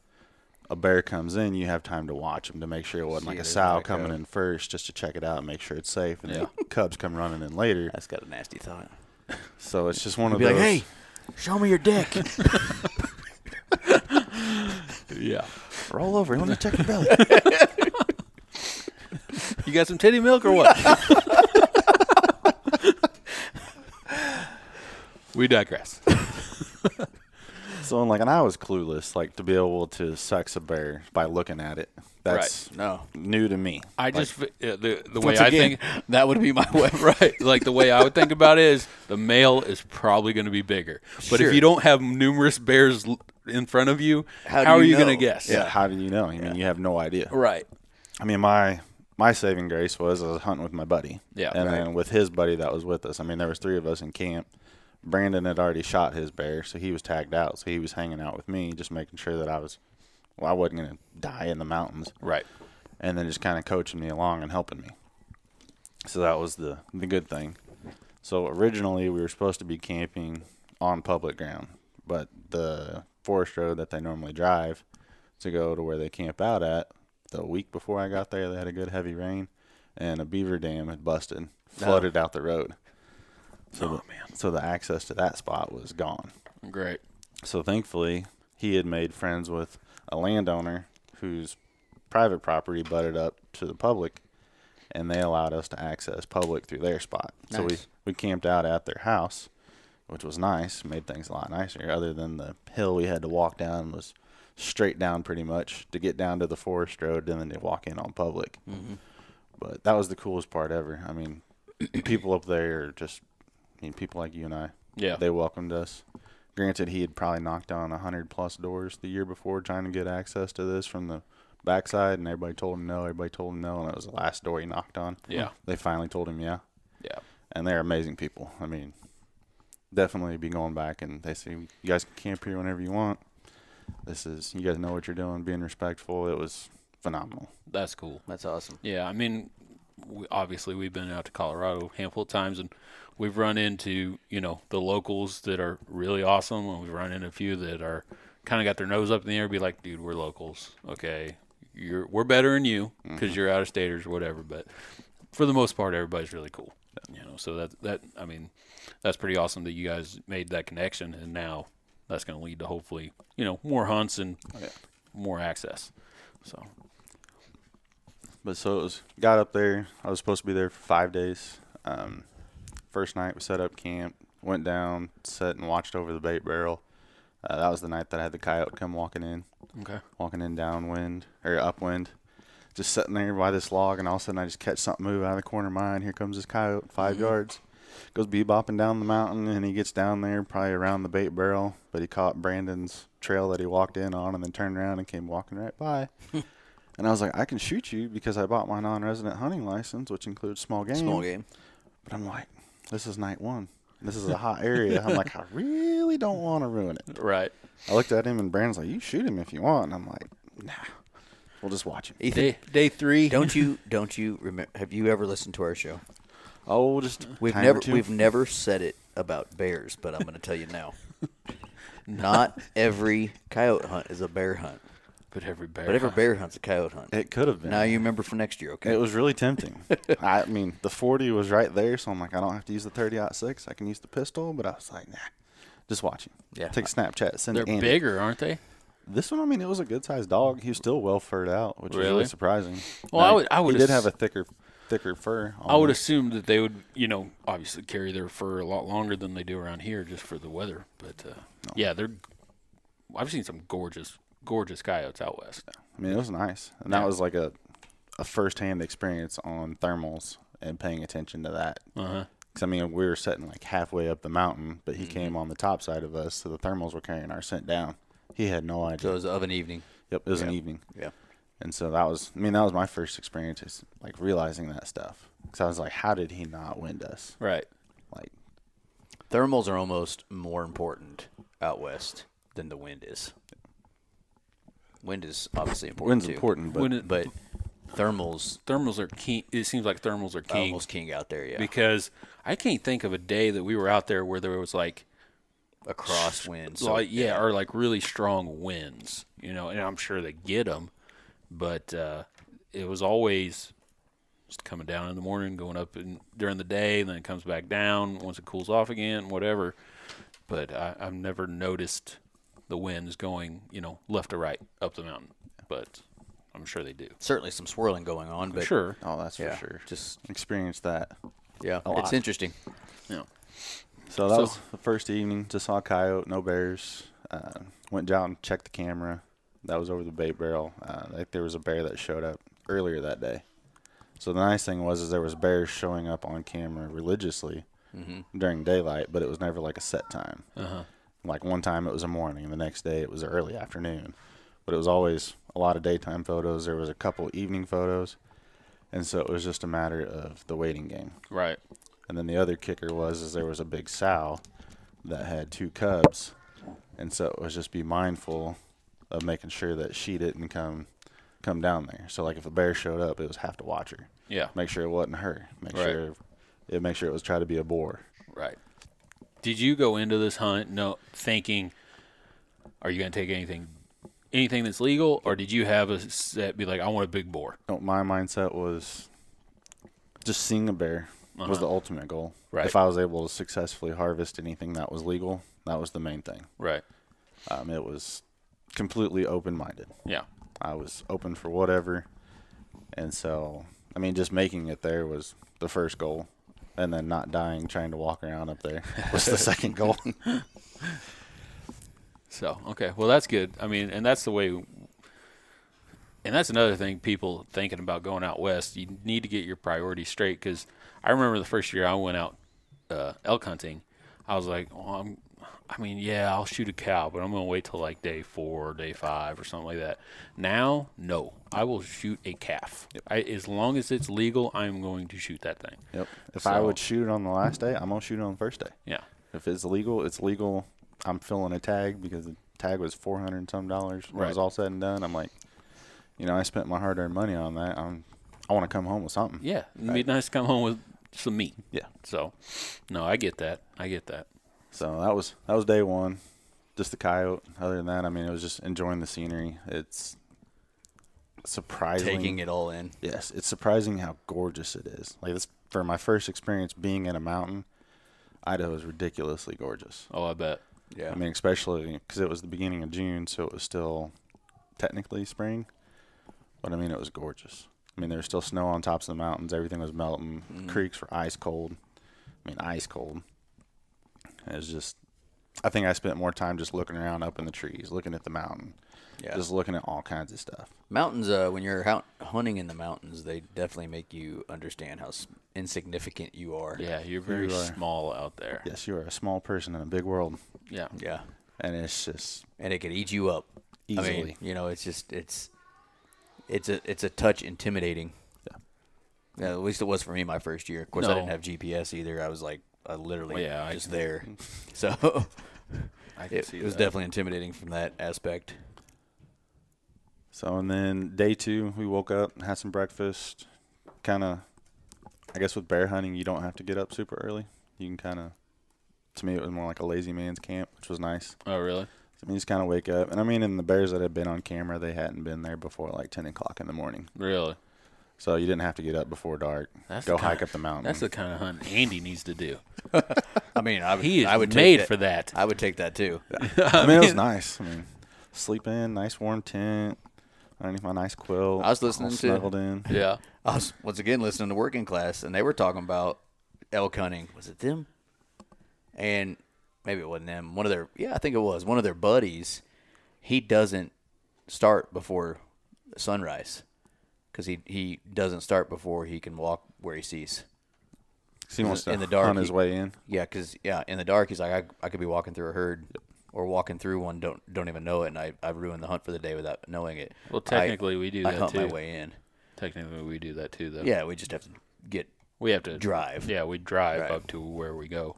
a bear comes in, you have time to watch him to make sure it wasn't like a sow coming in first, just to check it out and make sure it's safe. And then <laughs> cubs come running in later. That's got a nasty thought. So it's just one of Be those. like, hey, show me your dick. Yeah. roll over. Let me check your belly. <laughs> You got some titty milk or what? <laughs> we <laughs> digress. <laughs> so and like, and I was clueless, like to be able to sex a bear by looking at it. That's No. new to me. I just fi- yeah, the the way Once I again, think that would be my <laughs> way. <laughs> right, like the way I would think about it is the male is probably going to be bigger. But Sure. if you don't have numerous bears l- in front of you, How how, do are you you going to know? guess? Yeah. How do you know? I mean, you have no idea. Right. I mean, my my saving grace was I was hunting with my buddy. Yeah, And right. then with his buddy that was with us. I mean, there was three of us in camp. Brandon had already shot his bear, so he was tagged out. So he was hanging out with me, just making sure that I was, well, I wasn't gonna die in the mountains, Right. and then just kind of coaching me along and helping me. So that was the the good thing. So originally we were supposed to be camping on public ground, but the forest road that they normally drive to go to where they camp out at, the week before I got there, they had a good heavy rain, and a beaver dam had busted, flooded out the road. So the, So the access to that spot was gone. Great. So thankfully, he had made friends with a landowner whose private property butted up to the public, and they allowed us to access public through their spot. So we, Nice. we camped out at their house, which was nice, made things a lot nicer, other than the hill we had to walk down was straight down pretty much to get down to the forest road and then to walk in on public. But that was the coolest part ever. I mean, people up there are just, I mean, people like you and I. Yeah. They welcomed us. Granted, he had probably knocked on 100 plus doors the year before trying to get access to this from the backside, and everybody told him no. Everybody told him no, and it was the last door he knocked on. Yeah. They finally told him yeah. Yeah. And they're amazing people. I mean, definitely be going back, and they say, you guys can camp here whenever you want. This is, you guys know what you're doing, being respectful. It was phenomenal. That's cool. That's awesome. Yeah, I mean, we, obviously we've been out to Colorado a handful of times, and we've run into you know the locals that are really awesome, and we've run into a few that are kind of got their nose up in the air, be like, dude, we're locals, okay? You're we're better than you because you're out of staters or whatever. But for the most part, everybody's really cool, you know. So that that I mean, that's pretty awesome that you guys made that connection, and now that's going to lead to hopefully you know more hunts and more access. So But so it was got up there. I was supposed to be there for five days. Um, first night we set up camp, went down, set and watched over the bait barrel. Uh, that was the night that I had the coyote come walking in, okay, walking in downwind or upwind. Just sitting there by this log, and all of a sudden I just catch something move out of the corner of my eye. And here comes this coyote, 5 Mm-hmm. yards, goes bebopping down the mountain, and he gets down there probably around the bait barrel. But he caught Brandon's trail that he walked in on, and then turned around and came walking right <laughs> by. And I was like, I can shoot you because I bought my non-resident hunting license, which includes small game. Small game. But I'm like, this is night one. This <laughs> is a hot area. I'm like, I really don't want to ruin it. right. I looked at him, and Brandon's like, you shoot him if you want. And I'm like, nah, we'll just watch him. Ethan, Day day three. don't <laughs> you don't you remember? Have you ever listened to our show? Oh, we'll just We've time or never two. we've never said it about bears, but I'm going to tell you <laughs> now. Not every coyote hunt is a bear hunt, But every bear. but every bear hunt's a coyote hunt. It could have been. Now you remember for next year, okay? It was really tempting. <laughs> I mean, the 40 was right there, so I'm like, I don't have to use the 30 out six. I can use the pistol. But I was like, nah, just watch him. Yeah. Take a Snapchat. Send They're it. Andy. bigger, aren't they? This one, I mean, it was a good sized dog. He was still well furred out, which is really Really? surprising. Well, I Now, would- I would He did ass- have a thicker, thicker fur. I would almost. assume that they would, you know, obviously carry their fur a lot longer than they do around here just for the weather. But uh, yeah, they're. I've seen some gorgeous, gorgeous coyotes out west. I mean, it was nice, and that was like a, a first hand experience on thermals and paying attention to that. Uh-huh. Because I mean, we were sitting like halfway up the mountain, but he Mm-hmm. came on the top side of us, so the thermals were carrying our scent down. He had no idea. So it was of an evening. yep, it was an evening. Yeah. And so that was, I mean, that was my first experience, is like realizing that stuff. Because I was like, how did he not wind us? Right. Like, Thermals are almost more important out west than the wind is. Wind is obviously important. Wind's too. important, but When it- but thermals thermals are king. It seems like thermals are king almost king out there. Yeah, because I can't think of a day that we were out there where there was like a crosswind. So like yeah, or like really strong winds, you know. And I'm sure they get them, but uh, it was always just coming down in the morning, going up in, during the day, and then it comes back down once it cools off again, whatever. But I, I've never noticed the winds going, you know, left to right up the mountain. But I'm sure they do. certainly some swirling going on. But Sure. oh, that's yeah, for sure. Just Experienced that. yeah, lot. it's interesting. Yeah. So that So- was the first evening. Just saw coyote, no bears. Uh, went down and checked the camera. That was over the bait barrel. Uh, I think there was a bear that showed up earlier that day. So the nice thing was is there was bears showing up on camera religiously during daylight, but it was never like a set time. Like one time it was a morning, and the next day it was early afternoon. But it was always a lot of daytime photos. There was a couple evening photos, and so it was just a matter of the waiting game. Right. And then the other kicker was is there was a big sow that had two cubs, and so it was just be mindful of making sure that she didn't come come down there. So like if a bear showed up, it was have to watch her. Yeah. Make sure it wasn't her. Make Right. sure it make sure it was try to be a boar. Right. Did you go into this hunt no thinking, are you going to take anything, anything that's legal, or did you have a set be like, I want a big boar? No, my mindset was just seeing a bear was the ultimate goal. Uh-huh. Right. If I was able to successfully harvest anything that was legal, that was the main thing. Right. Um, it was completely open minded. Yeah. I was open for whatever. And so, I mean, just making it there was the first goal. And then not dying trying to walk around up there <laughs> <laughs> was the second goal. So okay, well that's good. I mean, and that's the way. And that's another thing people thinking about going out west. You need to get your priorities straight because I remember the first year I went out uh, elk hunting, I was like, well, I'm, I mean, yeah, I'll shoot a cow, but I'm gonna wait till like day four, or day five, or something like that. Now, no, I will shoot a calf. I, as long as it's legal, I'm going to shoot that thing. yep. If I So- would shoot it on the last day, I'm going to shoot it on the first day. Yeah, If it's legal, it's legal. I'm filling a tag because the tag was 400 and some dollars. When it was Right. all said and done, I'm like, you know, I spent my hard earned money on that. I'm, I want to come home with something. yeah. It'd be nice to come home with some meat. Yeah. So, no, I get that. I get that. So that was that was day one. Just the coyote. Other than that, I mean, it was just enjoying the scenery. It's surprising. Taking it all in. Yes, it's surprising how gorgeous it is. Like this, for my first experience being in a mountain, Idaho is ridiculously gorgeous. Oh, I bet. Yeah, I mean, especially because it was the beginning of June, so it was still technically spring. But I mean, it was gorgeous. I mean, there was still snow on tops of the mountains. Everything was melting. Mm-hmm. Creeks were ice cold. I mean, ice cold. It was just. I think I spent more time just looking around up in the trees, looking at the mountain, Yeah. just looking at all kinds of stuff. mountains. Uh, when you're out hunting in the mountains, they definitely make you understand how s- insignificant you are. Yeah, you're very You are. small out there. Yes, you are a small person in a big world, Yeah. yeah, and it's just and it could eat you up I mean, Easily. you know, it's just it's it's a it's a touch intimidating. Yeah. Yeah, at least it was for me my first year. Of course, I didn't No. have GPS either. I was like, I literally Well, yeah, I just can- <laughs> there. So I can <laughs> it, see it was that. definitely intimidating from that aspect. So and then day two, we woke up, had some breakfast. Kind of, I guess with bear hunting, you don't have to get up super early. You can kind of, to me, it was more like a lazy man's camp, which was nice. Oh, really? So, I mean, you just kind of wake up, and I mean, in the bears that had been on camera, they hadn't been there before like ten o'clock in the morning, Really? so you didn't have to get up before dark. That's go the kind- hike up the mountain. That's the Mm-hmm. kind of hunt Andy needs to <laughs> do. I mean, I would, He is I would made take for that. I would take that too. I mean, it was nice. I mean, sleep in, nice warm tent underneath my nice quilt. I was all listening to- snuggled in. <laughs> Yeah. I was once again listening to Working Class, and they were talking about elk hunting. Was it them? And maybe it wasn't them. One of their yeah, I think it was one of their buddies. He doesn't start before sunrise because he he doesn't start before he can walk where he sees. 'Cause he wants to in the dark, hunt his he- way in. Yeah, because yeah, in the dark he's like I, I could be walking through a herd or walking through one don't don't even know it, and I I ruined the hunt for the day without knowing it. Well, I- technically, we do I that hunt my too. way in. Technically, we do that too, though. Yeah, we just have to get We have to Drive. Yeah, we drive Drive. up to where we go.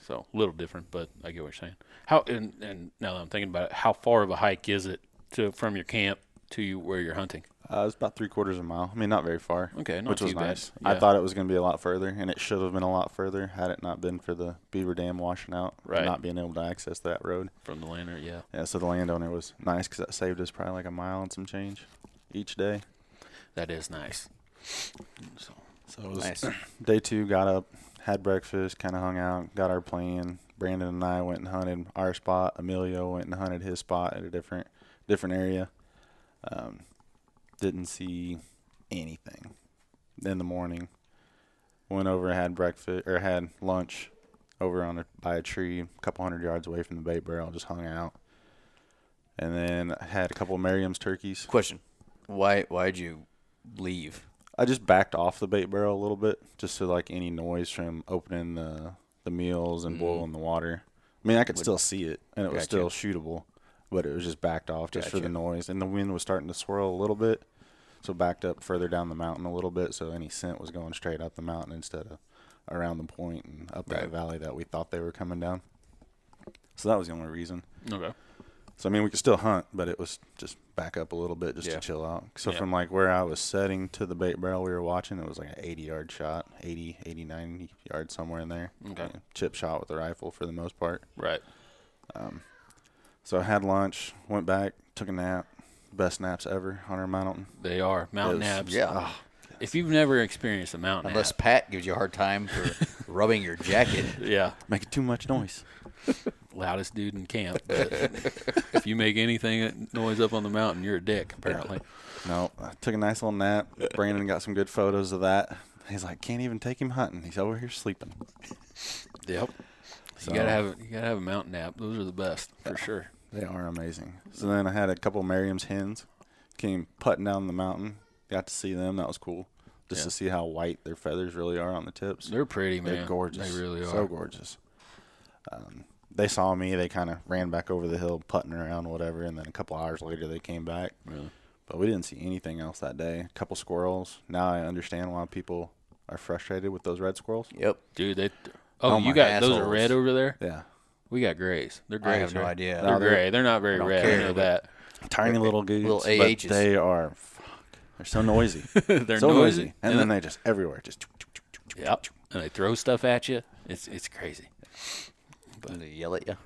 So a little different, but I get what you're saying. How and, and now that I'm thinking about it, how far of a hike is it to from your camp to you where you're hunting? Uh, it was about three quarters of a mile. I mean, not very far. Okay, not which was too bad. nice. Yeah. I thought it was going to be a lot further, and it should have been a lot further had it not been for the beaver dam washing out, and Right. Not being able to access that road. From the lantern, yeah. Yeah, so the landowner was nice because that saved us probably like a mile and some change each day. That is nice. So it was Nice. day two. Got up, had breakfast, kind of hung out, got our plan. Brandon and I went and hunted our spot. Emilio went and hunted his spot at a different different area. Um, didn't see anything in the morning. Went over and had breakfast or had lunch over on a, by a tree, a couple hundred yards away from the bait barrel. Just hung out, and then had a couple of Merriam's turkeys. Question: Why why'd you leave? I just backed off the bait barrel a little bit, just so like any noise from opening the the meals and boiling the water. I mean, I could still see it, and it was still Mm-hmm. Gotcha. shootable, but it was just backed off just for the Gotcha. noise. And the wind was starting to swirl a little bit, so backed up further down the mountain a little bit, so any scent was going straight up the mountain instead of around the point and up that Right. valley that we thought they were coming down. So that was the only reason. Okay. So I mean, we could still hunt, but it was just back up a little bit just Yeah. to chill out. So Yeah. from like where I was setting to the bait barrel we were watching, it was like an 80 yard shot, 80, 80, 90 yard somewhere in there. Okay. Uh, Chip shot with the rifle for the most part. Right. So I had lunch, went back, took a nap. Best naps ever on our mountain. They are mountain Those- abs. Yeah. If you've never experienced a mountain Unless ab, Pat gives you a hard <laughs> time for rubbing your jacket. yeah, Making too much noise. loudest dude in camp. But if you make anything noise up on the mountain, you're a dick. Apparently. <laughs> No, I took a nice little nap. Brandon got some good photos of that. He's like, can't even take him hunting. He's over here sleeping. Yep. So- you gotta have you gotta have a mountain nap. Those are the best for sure. They are amazing. So then I had a couple Merriam's hens came putting down the mountain. Got to see them. That was cool. Just Yeah. to see how white their feathers really are on the tips. They're pretty, man. They're gorgeous. They really are. So gorgeous. Um, they saw me. They kind of ran back over the hill, putting around, whatever. And then a couple hours later, they came back. Really? But we didn't see anything else that day. A couple squirrels. Now I understand why people are frustrated with those red squirrels. Yep. Dude, they. Oh, Oh, you my got those are assholes. red over there. Yeah. We got grays. They're I grays. have no right? idea. They're No, they're- gray. They're not very don't red. care, I know but- that. Tiny little dudes. Little but AHs. they are, fuck, they're so noisy. <laughs> They're so noisy. noisy. And then they just everywhere. Just Yep. And they throw stuff at you. It's it's crazy. And they yell at you.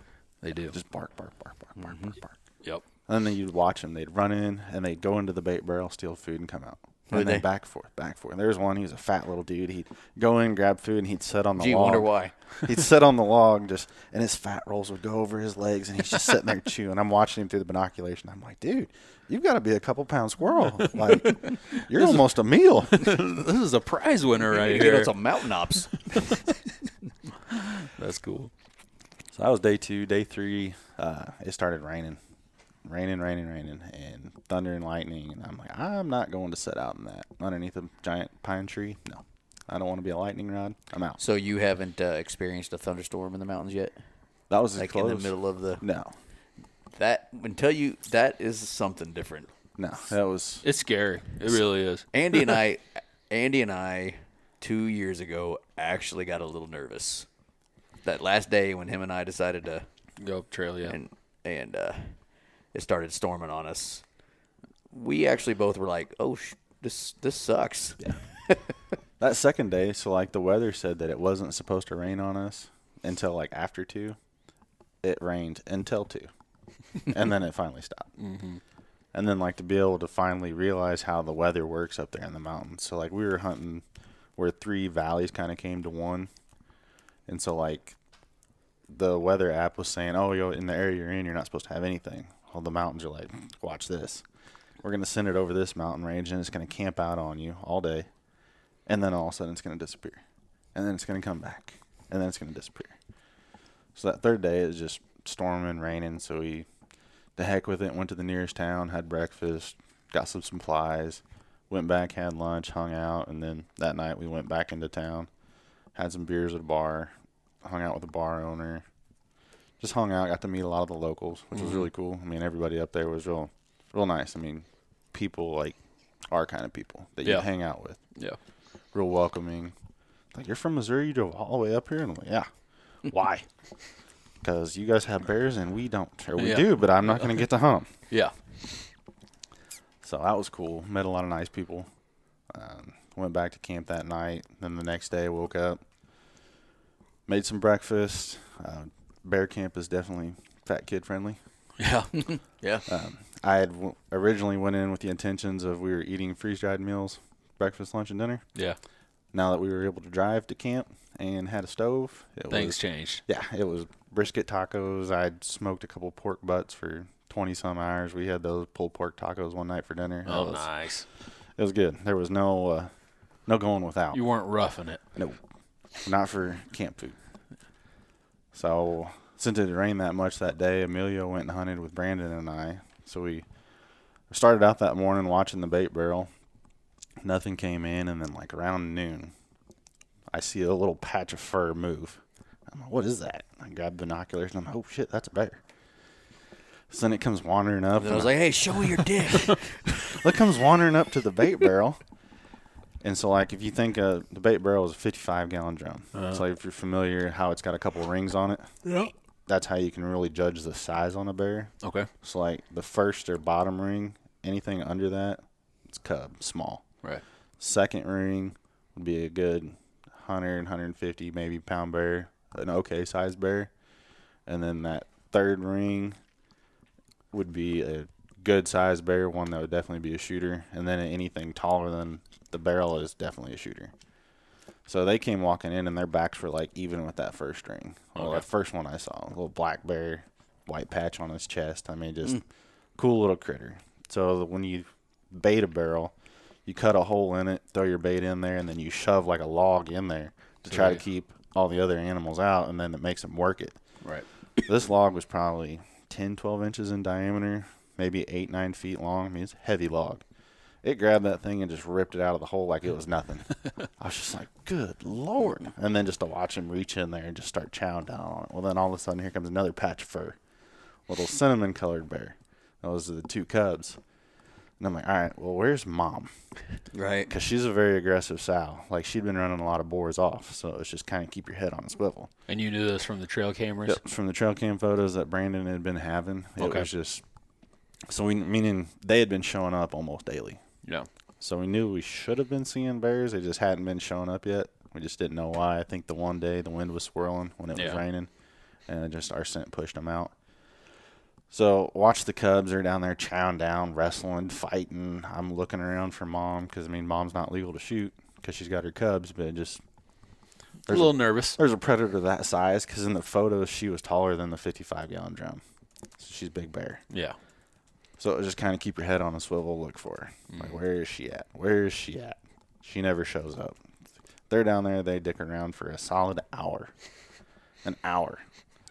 They do. just bark, bark, bark, bark, Mm-hmm. bark, bark, bark. Yep. And then you'd watch them. They'd run in and they'd go into the bait barrel, steal food, and come out. Would And they? then back forth, back forth. And there was one. He was a fat little dude. He'd go in, grab food, and he'd sit on the Gee, log. wonder why. <laughs> he'd sit on the log just, and his fat rolls would go over his legs, and he's just sitting <laughs> there chewing. I'm watching him through the binoculation. I'm like, dude, you've got to be a couple pound squirrel. <laughs> Like, you're almost a meal. This is a prize winner right You know, here. it's a mountain ops. That's cool. So that was day two. Day three, uh, it started raining, raining, raining, raining, and thunder and lightning. And I'm like, I'm not going to sit out in that underneath a giant pine tree. No, I don't want to be a lightning rod. I'm out. so you haven't uh, experienced a thunderstorm in the mountains yet, That was as like close. in the middle of the No, that until you that is something different. no, that was It's scary. It really is. Andy and I, Andy and I, two years ago actually got a little nervous. That last day when him and I decided to Go up trail, yeah. and and uh, it started storming on us. We actually both were like, "Oh, sh- this this sucks." that second day. So like the weather said that it wasn't supposed to rain on us until like after two. It rained until two, and then it finally stopped. and then like to be able to finally realize how the weather works up there in the mountains. So like we were hunting where three valleys kind of came to one, and so like the weather app was saying, "Oh, yo, in the area you're in, you're not supposed to have anything." All the mountains are like, "Watch this, we're gonna send it over this mountain range, and it's gonna camp out on you all day, and then all of a sudden it's gonna disappear, and then it's gonna come back, and then it's gonna disappear." So that third day it was just storming, raining. So we, the heck with it, went to the nearest town, had breakfast, got some supplies, went back, had lunch, hung out, and then that night we went back into town, had some beers at a bar, hung out with the bar owner, just hung out, got to meet a lot of the locals, which was really cool. I mean, everybody up there was real, real nice. I mean, people like our kind of people that Yeah. you hang out with yeah. real welcoming. Like you're from Missouri, you drove all the way up here, and I'm like, yeah, why? Because you guys have bears and we don't, or we Yeah. do, but I'm not gonna get to hunt 'em. Yeah. <laughs> So that was cool. Met a lot of nice people. Um, went back to camp that night. Then the next day, I woke up, made some breakfast. Uh, bear camp is definitely fat kid friendly. Yeah. Yeah. I had w- originally went in with the intentions of we were eating freeze dried meals, breakfast, lunch, and dinner. Yeah. Now that we were able to drive to camp and had a stove, it Things was changed. yeah, it was brisket tacos. I smoked a couple pork butts for twenty some hours. We had those pulled pork tacos one night for dinner. That Oh, was- nice. It was good. There was no uh, no going without. You weren't roughing it. No, not for camp food. So since it rained that much that day, Emilio went and hunted with Brandon and I. So we started out that morning watching the bait barrel. Nothing came in, and then like around noon, I see a little patch of fur move. I'm like, "What is that?" I grab binoculars and I'm like, "Oh shit, that's a bear." So then it comes wandering up. Then I and was like, hey, show me your dick. it comes wandering up to the bait barrel. And so, like, if you think uh, the bait barrel is a 55 gallon drum, so if you're familiar how it's got a couple rings on it, Yeah. that's how you can really judge the size on a bear. Okay. So, like, the first or bottom ring, anything under that, it's cub, small. Right. Second ring would be a good 100, 150 maybe pound bear, an okay sized bear. And then that third ring would be a good sized bear, one that would definitely be a shooter. And then anything taller than the barrel is definitely a shooter. So they came walking in and their backs were like even with that first ring. Well, that first one I saw, a little black bear, white patch on his chest. I mean, just cool little critter. So when you bait a barrel, you cut a hole in it, throw your bait in there, and then you shove like a log in there to try to keep all the other animals out, and then it makes them work it. Right. this log was probably 10, 12 inches in diameter, maybe 8, 9 feet long. I mean, it's a heavy log. It grabbed that thing and just ripped it out of the hole like it was nothing. I was just like, good lord. And then just to watch him reach in there and just start chowing down on it. Well, then all of a sudden, here comes another patch of fur. Little cinnamon colored bear. Those are the two cubs. And I'm like, all right, well, where's mom? right. because she's a very aggressive sow. Like she'd been running a lot of boars off, so it's just kind of keep your head on a swivel. And you knew this from the trail cameras. From the trail cam photos that Brandon had been having, it Okay. was just so we meaning they had been showing up almost daily. Yeah. So we knew we should have been seeing bears. They just hadn't been showing up yet. We just didn't know why. I think the one day the wind was swirling when it was Yeah. raining, and it just our scent pushed them out. So watch the cubs are down there chowing down, wrestling, fighting. I'm looking around for mom because I mean mom's not legal to shoot because she's got her cubs, but it just A little <laughs> nervous. there's a predator that size because in the photos she was taller than the 55 gallon drum, so she's a big bear. Yeah. So it was just kind of keep your head on a swivel, look for her. Like, where is she at? Where is she at? She never shows up. They're down there. They dick around for a solid hour. An hour.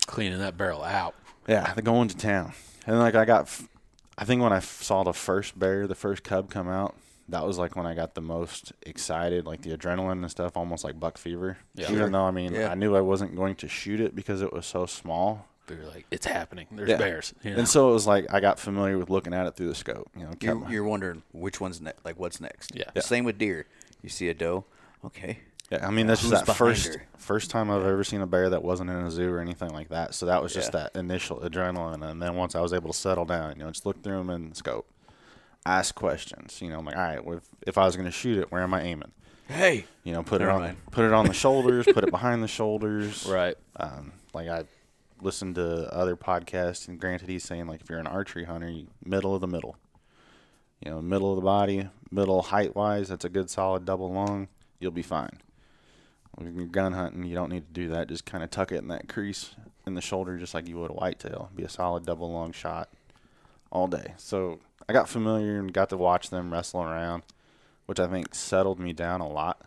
Cleaning that barrel out. Yeah, they're going to town. And like I got, f- I think when I f- saw the first bear, the first cub come out, that was like when I got the most excited, like the adrenaline and stuff, almost like buck fever. Yeah. Even though I mean, Yeah. I knew I wasn't going to shoot it because it was so small. We were like, it's happening. There's Yeah. bears. You know? And so it was like I got familiar with looking at it through the scope. You know, kept You're, my- you're wondering which one's ne- like what's next. Yeah. The Same with deer. You see a doe. Okay. Yeah, I mean that's just Who's that behind first her? first time I've ever seen a bear that wasn't in a zoo or anything like that. So that was just Yeah. that initial adrenaline, and then once I was able to settle down, you know, just look through them and scope, ask questions. You know, I'm like, all right, well, if, if I was going to shoot it, where am I aiming? Hey. You know, put Never it on mind. put it on the shoulders, put <laughs> it behind the shoulders. Right. Um, like I listened to other podcasts, and granted, he's saying like if you're an archery hunter, you, middle of the middle. You know, middle of the body, middle height wise, that's a good solid double long. You'll be fine. When you're gun hunting, you don't need to do that. Just kind of tuck it in that crease in the shoulder, just like you would a whitetail. Be a solid double long shot all day. So I got familiar and got to watch them wrestle around, which I think settled me down a lot.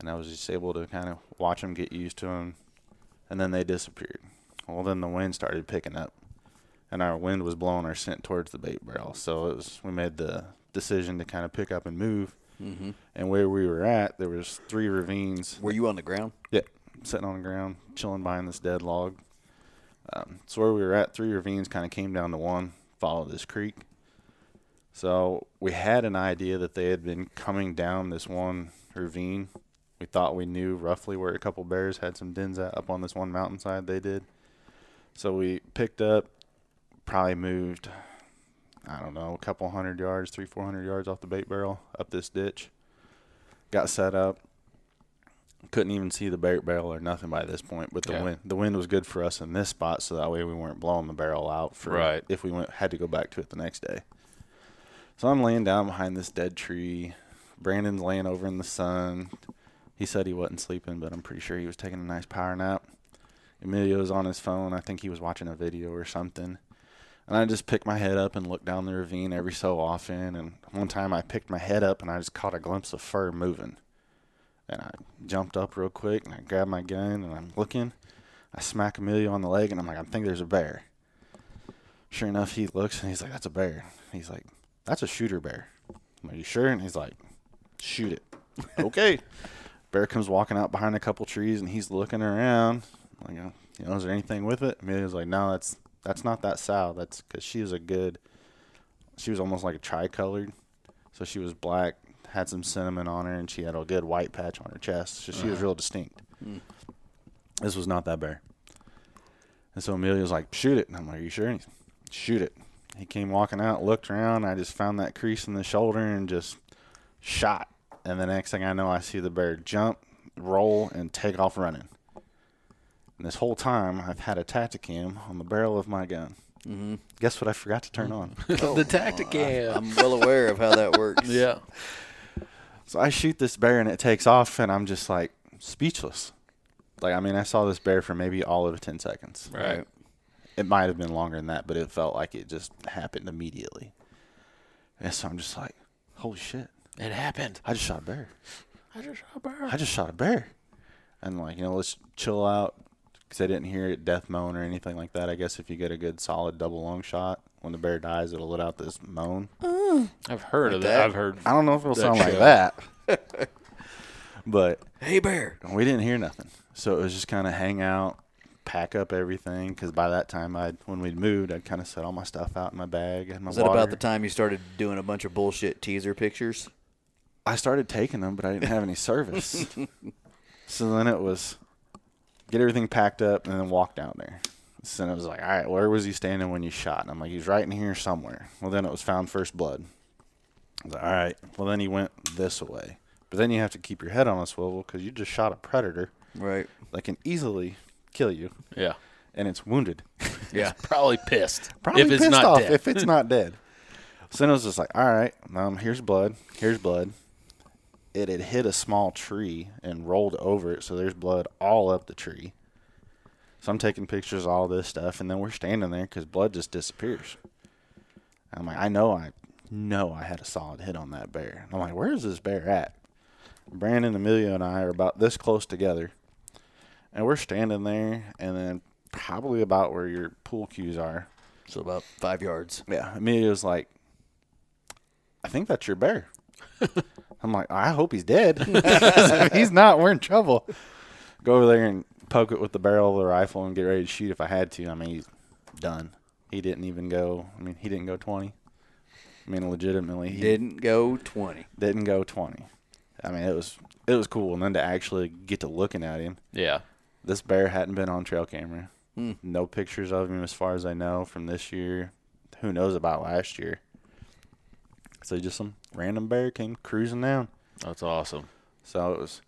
And I was just able to kind of watch them get used to them. And then they disappeared. Well, then the wind started picking up, and our wind was blowing our scent towards the bait barrel. So it was we made the decision to kind of pick up and move. Mm-hmm. And where we were at, there was three ravines Were you on the ground? yeah, sitting on the ground, chilling behind this dead log. Um, so where we were at, three ravines kind of came down to one, follow this creek. So we had an idea that they had been coming down this one ravine. We thought we knew roughly where a couple bears had some dens at up on this one mountainside. They did. So we picked up, probably moved I don't know, a couple hundred yards, three, four hundred yards off the bait barrel up this ditch. Got set up. Couldn't even see the bait barrel or nothing by this point, but the Yeah. wind the wind was good for us in this spot, so that way we weren't blowing the barrel out for Right. if we went had to go back to it the next day. So I'm laying down behind this dead tree. Brandon's laying over in the sun. He said he wasn't sleeping, but I'm pretty sure he was taking a nice power nap. Emilio's on his phone. I think he was watching a video or something. And I just pick my head up and look down the ravine every so often. And one time I picked my head up and I just caught a glimpse of fur moving. And I jumped up real quick and I grabbed my gun and I'm looking. I smack Emilio on the leg and I'm like, I think there's a bear. Sure enough, he looks and he's like, That's a bear. He's like, That's a shooter bear. I'm like, You sure? And he's like, Shoot it. <laughs> okay. Bear comes walking out behind a couple trees and he's looking around. Like, uh, you know, is there anything with it? Amelia's like, no, that's that's not that sow. That's because she was a good. She was almost like a tri-colored, so she was black, had some cinnamon on her, and she had a good white patch on her chest. So she was real distinct. This was not that bear. And so Amelia was like, shoot it. And I'm like, are you sure? And he's, shoot it. He came walking out, looked around. I just found that crease in the shoulder and just shot. And the next thing I know, I see the bear jump, roll, and take off running. And this whole time, I've had a Tacticam on the barrel of my gun. Mm-hmm. Guess what I forgot to turn on? <laughs> the <laughs> tacticam. I'm well aware of how <laughs> that works. yeah. So I shoot this bear and it takes off, and I'm just like speechless. Like, I mean, I saw this bear for maybe all of 10 seconds. Right. It might have been longer than that, but it felt like it just happened immediately. And so I'm just like, holy shit, It happened. I just shot a bear. I just shot a bear. I just shot a bear. And like, you know, let's chill out because I didn't hear it death moan or anything like that. I guess if you get a good solid double long shot, when the bear dies, it'll let out this moan. I've heard of that? that. I've heard. I don't know if it'll sound like shit. that, but Hey, bear. we didn't hear nothing. So it was just kind of hang out, pack up everything. Because by that time, I when we'd moved, I'd kind of set all my stuff out in my bag and my Is that water. about the time you started doing a bunch of bullshit teaser pictures? I started taking them, but I didn't have any <laughs> service. so then it was get everything packed up and then walk down there. So then it was like, all right, where was he standing when you shot? And I'm like, he's right in here somewhere. Well, then it was found first blood. I was like, all right. Well, then he went this way. But then you have to keep your head on a swivel because you just shot a predator Right. that can easily kill you, Yeah. and it's wounded. <laughs> Yeah. Probably pissed. Probably if it's pissed not off dead. if it's not dead. <laughs> So then I was just like, all right, um, here's blood, here's blood. It had hit a small tree and rolled over it, so there's blood all up the tree. So I'm taking pictures of all this stuff, and then we're standing there because blood just disappears. I'm like, I know, I know I had a solid hit on that bear. And I'm like, where is this bear at? Brandon, Emilio, and I are about this close together, and we're standing there, and then probably about where your pool cues are, So about five yards. yeah, Emilio's like, I think that's your bear. I'm like, I hope he's dead. <laughs> 'Cause if he's not, we're in trouble. Go over there and poke it with the barrel of the rifle and get ready to shoot if I had to. I mean, he's done. He didn't even go. I mean, he didn't go 20. I mean, legitimately, he Didn't go 20. didn't go 20. I mean, it was it was cool. And then to actually get to looking at him, Yeah. this bear hadn't been on trail camera. No pictures of him, as far as I know, from this year. Who knows about last year? So just some random bear came cruising down. That's awesome. So it was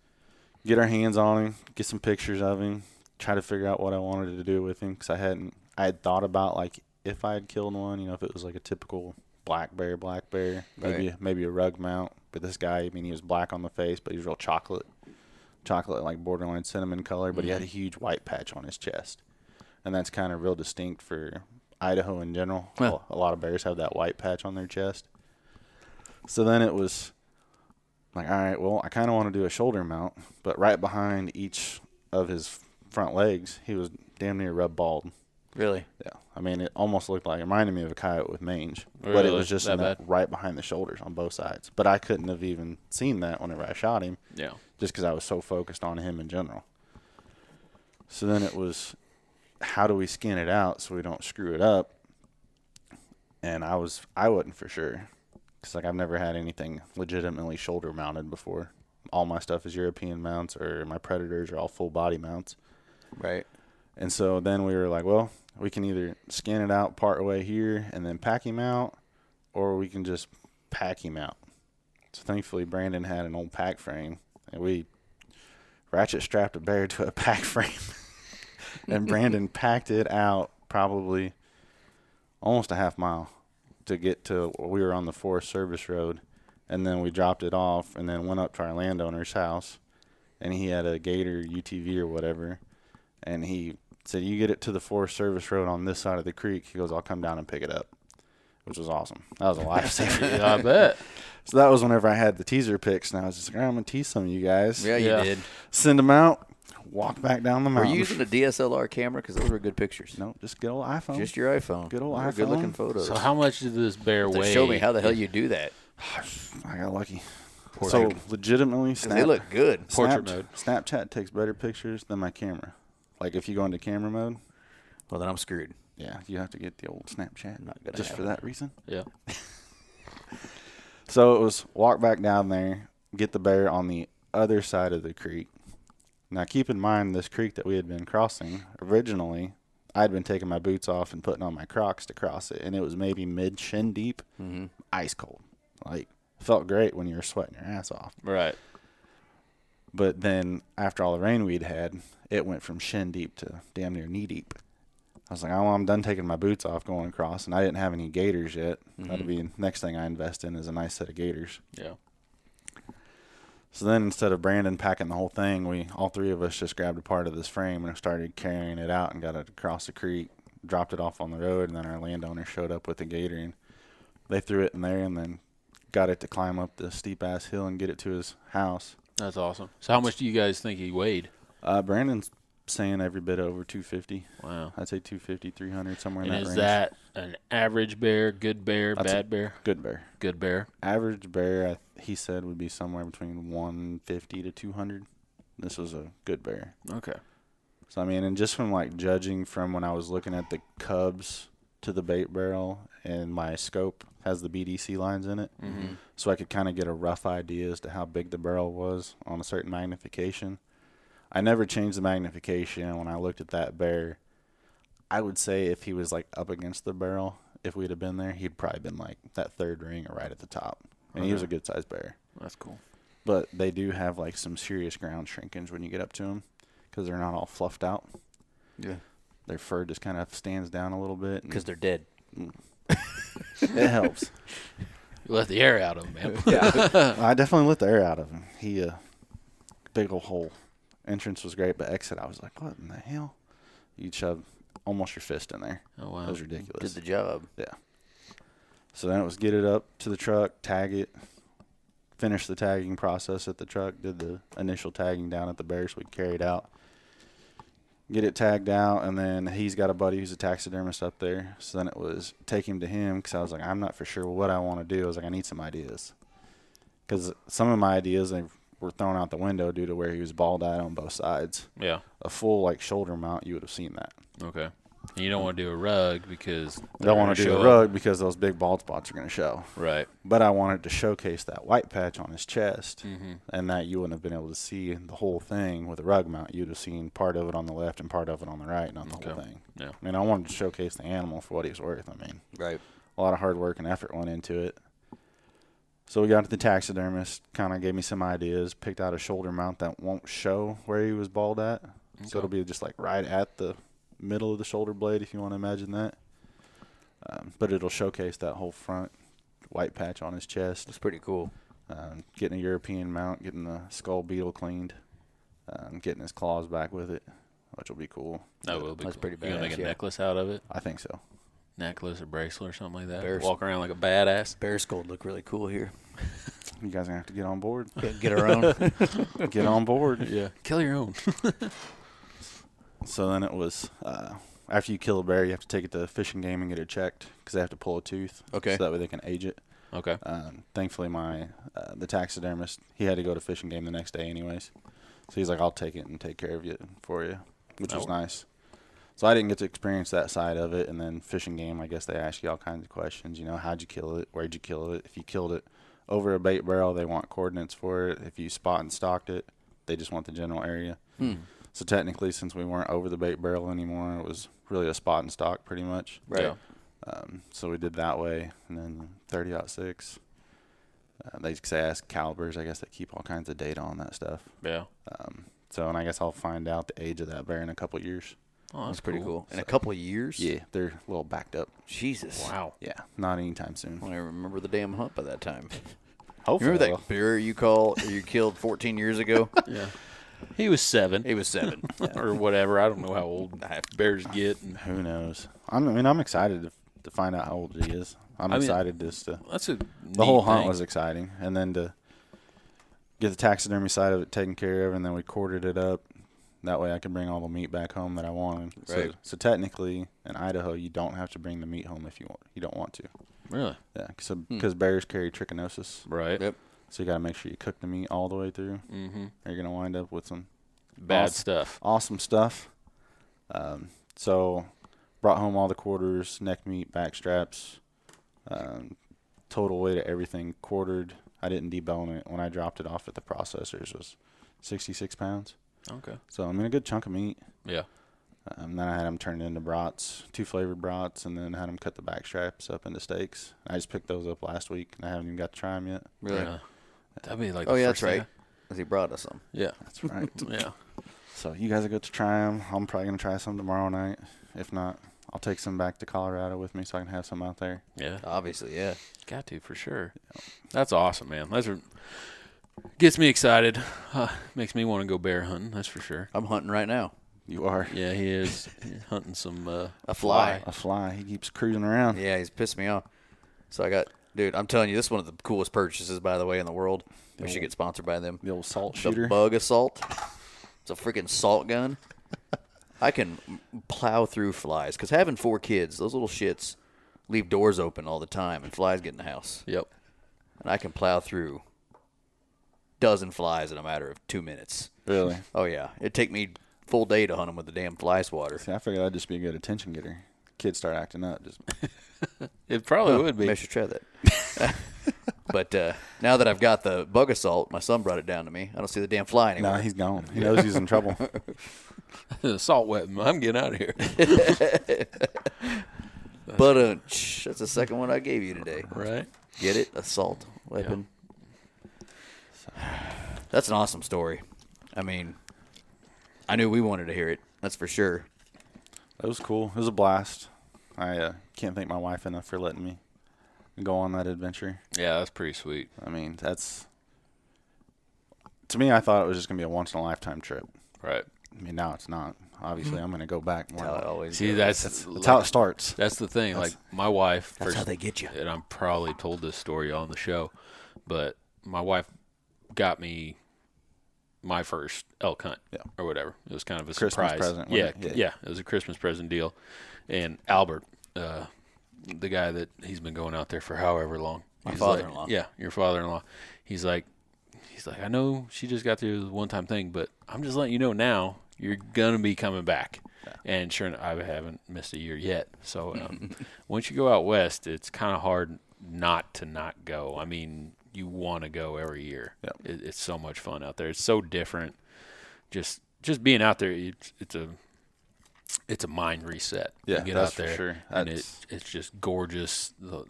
get our hands on him, get some pictures of him, try to figure out what I wanted to do with him because I hadn't. I had thought about like if I had killed one, you know, if it was like a typical black bear, black bear, maybe maybe a rug mount. But this guy, I mean, he was black on the face, but he was real chocolate, chocolate like borderline cinnamon color. But he had a huge white patch on his chest, and that's kind of real distinct for Idaho in general. A lot of bears have that white patch on their chest. So then it was like, all right, well, I kind of want to do a shoulder mount, but right behind each of his front legs, he was damn near rub bald. Really? Yeah, I mean, it almost looked like it reminded me of a coyote with mange, but it Really? was just That in that bad? right behind the shoulders on both sides. But I couldn't have even seen that whenever I shot him, Yeah. just because I was so focused on him in general. So then it was, how do we skin it out so we don't screw it up? And I was, I wasn't for sure, because like I've never had anything legitimately shoulder mounted before. All my stuff is European mounts, or my predators are all full body mounts. Right. And so then we were like, well, we can either scan it out part way here and then pack him out, or we can just pack him out. So thankfully, Brandon had an old pack frame, and we ratchet strapped a bear <laughs> to a pack frame, and Brandon packed it out probably almost a half mile to get to. We were on the Forest Service Road, and then we dropped it off, and then went up to our landowner's house, and he had a Gator UTV or whatever, and he said, "You get it to the Forest Service Road on this side of the creek." He goes, "I'll come down and pick it up." Which was awesome. That was a lifesaver. Yeah, I bet. So that was whenever I had the teaser picks, and I was just like, "All right, I'm gonna tease some of you guys. Yeah, you Yeah. did. Send them out. Walk back down the Were mountain. you using a DSLR camera? Because those were good pictures. no, just good old iPhone. Just your iPhone. Good old They were Good looking iPhone. photos. So how much did this bear So weigh? show me how the hell you do that. I got lucky. so legitimately, snap, They look good. Portrait Snapchat- mode. Snapchat takes better pictures than my camera. Like if you go into camera mode, Well, then I'm screwed. yeah, you have to get the old Snapchat. Not gonna just for happen. that reason. Yeah. So it was walk back down there, get the bear on the other side of the creek. Now keep in mind this creek that we had been crossing originally. I'd been taking my boots off and putting on my Crocs to cross it, and it was maybe mid shin deep, ice cold. Like felt great when you were sweating your ass off. Right. But then after all the rain we'd had, it went from shin deep to damn near knee deep. I was like, oh, well, I'm done taking my boots off going across, and I didn't have any gators yet. Mm-hmm. That'll be next thing I invest in is a nice set of gators. Yeah. So then instead of Brandon packing the whole thing, we all three of us just grabbed a part of this frame and started carrying it out and got it across the creek, dropped it off on the road, and then our landowner showed up with the gator and they threw it in there and then got it to climb up the steep ass hill and get it to his house. That's awesome. So how much do you guys think he weighed? Uh, Brandon's saying every bit over 250. Wow. I'd say 250, 300, somewhere in And that is range. that an average bear, good bear, That's a- bad bear? good bear? Good bear. Average bear, I, th- he said, would be somewhere between 150 to 200. This was a good bear. Okay. So I mean, and just from like judging from when I was looking at the cubs to the bait barrel, and my scope has the BDC lines in it, mm-hmm. so I could kind of get a rough idea as to how big the barrel was on a certain magnification. I never changed the magnification and when I looked at that bear. I would say if he was like up against the barrel, if we'd have been there, he'd probably been like that third ring or right at the top, and he was a good sized bear That's cool. but they do have like some serious ground shrinkage when you get up to them because they're not all fluffed out. Yeah. Their fur just kind of stands down a little bit. <laughs> Because they're dead. it helps. You let the air out of him, man. <laughs> I definitely let the air out of him. He uh, big old hole. Entrance was great, but exit, I was like, what in the hell? You shove almost your fist in there. Oh, wow. That was Did ridiculous. the job. yeah. So then it was get it up to the truck, tag it, finish the tagging process at the truck, did the initial tagging down at the bear so we could carry it out. get it tagged out, and then he's got a buddy who's a taxidermist up there. So then it was take him to him because I was like, I'm not for sure what I want to do. I was like, I need some ideas because some of my ideas they were thrown out the window due to where he was bald eyed on both sides. yeah. A full like shoulder mount, you would have seen that. Okay. And you don't want to do a rug because I they're don't want gonna to do show a up. rug because those big bald spots are going to show. Right. But I wanted to showcase that white patch on his chest, and that you wouldn't have been able to see the whole thing with a rug mount. You'd have seen part of it on the left and part of it on the right, not the whole Okay. thing. Yeah. I mean, I wanted to showcase the animal for what he was worth. I mean, Right. a lot of hard work and effort went into it. So we got to the taxidermist, kind of gave me some ideas, picked out a shoulder mount that won't show where he was bald at. So it'll be just like right at the middle of the shoulder blade, if you want to imagine that. Um, but it'll showcase that whole front white patch on his chest. That's pretty cool. Um, getting a European mount, getting the skull beetle cleaned, um, getting his claws back with it, which will be cool. That will be That's cool. pretty You gonna badass, make a yeah. necklace out of it? I think so. Necklace or bracelet or something like that. Bears. Walk around like a badass. Bear skull look really cool here. You guys are going to have to get on board. Get, get <laughs> our own. get on board. Yeah. Kill your <laughs> own. So then it was uh, after you kill a bear, you have to take it to fish and game and get it checked because they have to pull a tooth. Okay. So that way they can age it. okay. Um, thankfully, my uh, the taxidermist he had to go to fish and game the next day anyways, so he's like, "I'll take it and take care of you for you," which was Oh. nice. So I didn't get to experience that side of it, and then fish and game. I guess they ask you all kinds of questions. You know, how'd you kill it? Where'd you kill it? If you killed it over a bait barrel, they want coordinates for it. If you spot and stalked it, they just want the general area. So technically, since we weren't over the bait barrel anymore, it was really a spot and stalk pretty much. Right. Yeah. Um, so we did that way, and then 30.6. Uh, they say ask calibers. I guess they keep all kinds of data on that stuff. Yeah. Um, so, and I guess I'll find out the age of that bear in a couple years. Oh, That's pretty cool. In a couple of years? Yeah, they're a little backed up. Jesus. Wow. Yeah, not anytime soon. I don't even remember the damn hunt by that <laughs> time. You Hopefully, remember that bear you call you killed 14 <laughs> years ago? He was seven It was seven. <laughs> or whatever. I don't know how old bears get. And who knows? I'm, I mean, I'm excited to, to find out how old he is. I'm I mean, excited just to. that's a The whole hunt was exciting, and then to get the taxidermy side of it taken care of, and then we quartered it up. That way, I could bring all the meat back home that I wanted. So, Right. so technically, in Idaho, you don't have to bring the meat home if you want. You don't want to. really Yeah, because bears carry trichinosis, right. <laughs> Yep. so you got to make sure you cook the meat all the way through. Mm-hmm. Or you're gonna wind up with some Bad Awesome. stuff. awesome stuff. Um, so brought home all the quarters, neck meat, back straps, um, total weight of everything quartered. I didn't debone it when I dropped it off at the processors was 66 pounds. Okay. So I mean a good chunk of meat. Yeah. Um, then I had them turned into brats, two flavored brats, and then had them cut the back straps up into steaks. I just picked those up last week, and I haven't even got to try them yet. Really? Yeah. That'd be like. Oh, the yeah, first that's right. thing Because he brought us some. I- Yeah. That's right. <laughs> Yeah. so you guys are good to try them. I'm probably gonna try some tomorrow night. If not, I'll take some back to Colorado with me so I can have some out there. Yeah. Obviously, yeah. Got to for sure. That's awesome, man. That's re- gets me excited. Uh, makes me want to go bear hunting. That's for sure. I'm hunting right now. You are Yeah, he is He's hunting some uh, <laughs> A fly. a fly. He keeps cruising around. Yeah, he's pissed me off. So I got, dude, I'm telling you, this is one of the coolest purchases, by the way, in the world. We should get sponsored by them. The old salt The shooter. bug assault. It's a freaking salt gun. I can plow through flies because having four kids, those little shits leave doors open all the time, and flies get in the house. Yep. And I can plow through dozen flies in a matter of two minutes. Really? Oh yeah, it'd take me full day to hunt them with the damn fly swatter. See, I figured that'd just be a good attention getter. Kids start acting up. Just It probably would be. Maybe <laughs> I should try that. <laughs> but uh, now that I've got the bug assault, my son brought it down to me. I don't see the damn fly anymore. nah, he's <laughs> gone. He knows he's in trouble. Assault weapon. I'm getting out of here. <laughs> but uh, shh, that's the second one I gave you today. right. Get it? Assault weapon. That's an awesome story. I mean, I knew we wanted to hear it. That's for sure. That was cool. It was a blast. I uh, can't thank my wife enough for letting me go on that adventure. Yeah, that's pretty sweet. I mean, that's to me. I thought it was just gonna be a once in a lifetime trip. Right. I mean, now it's not. Obviously, I'm gonna go back more. Mm-hmm. How it always See, goes. that's That's, that's, that's how it starts. the thing. Like my wife. That's first- how they get you. and I'm probably told this story on the show, but my wife got me my first elk hunt Yeah. or whatever. It was kind of a Christmas surprise. present, yeah, wasn't yeah, it? it was a Christmas present deal. And Albert, uh, the guy that he's been going out there for however long. My he's father-in-law. Like, yeah, your father-in-law. He's like, he's like, I know she just got through the one-time thing, but I'm just letting you know now you're gonna be coming back. And sure, enough, I haven't missed a year yet. So <laughs> um, once you go out west, it's kind of hard not to not go. I mean, you want to go every year. Yep. It, it's so much fun out there. It's so different. Just just being out there, it's, it's a it's a mind reset. Yeah, you get that's out for there, sure. and it, That's- it's just gorgeous. The,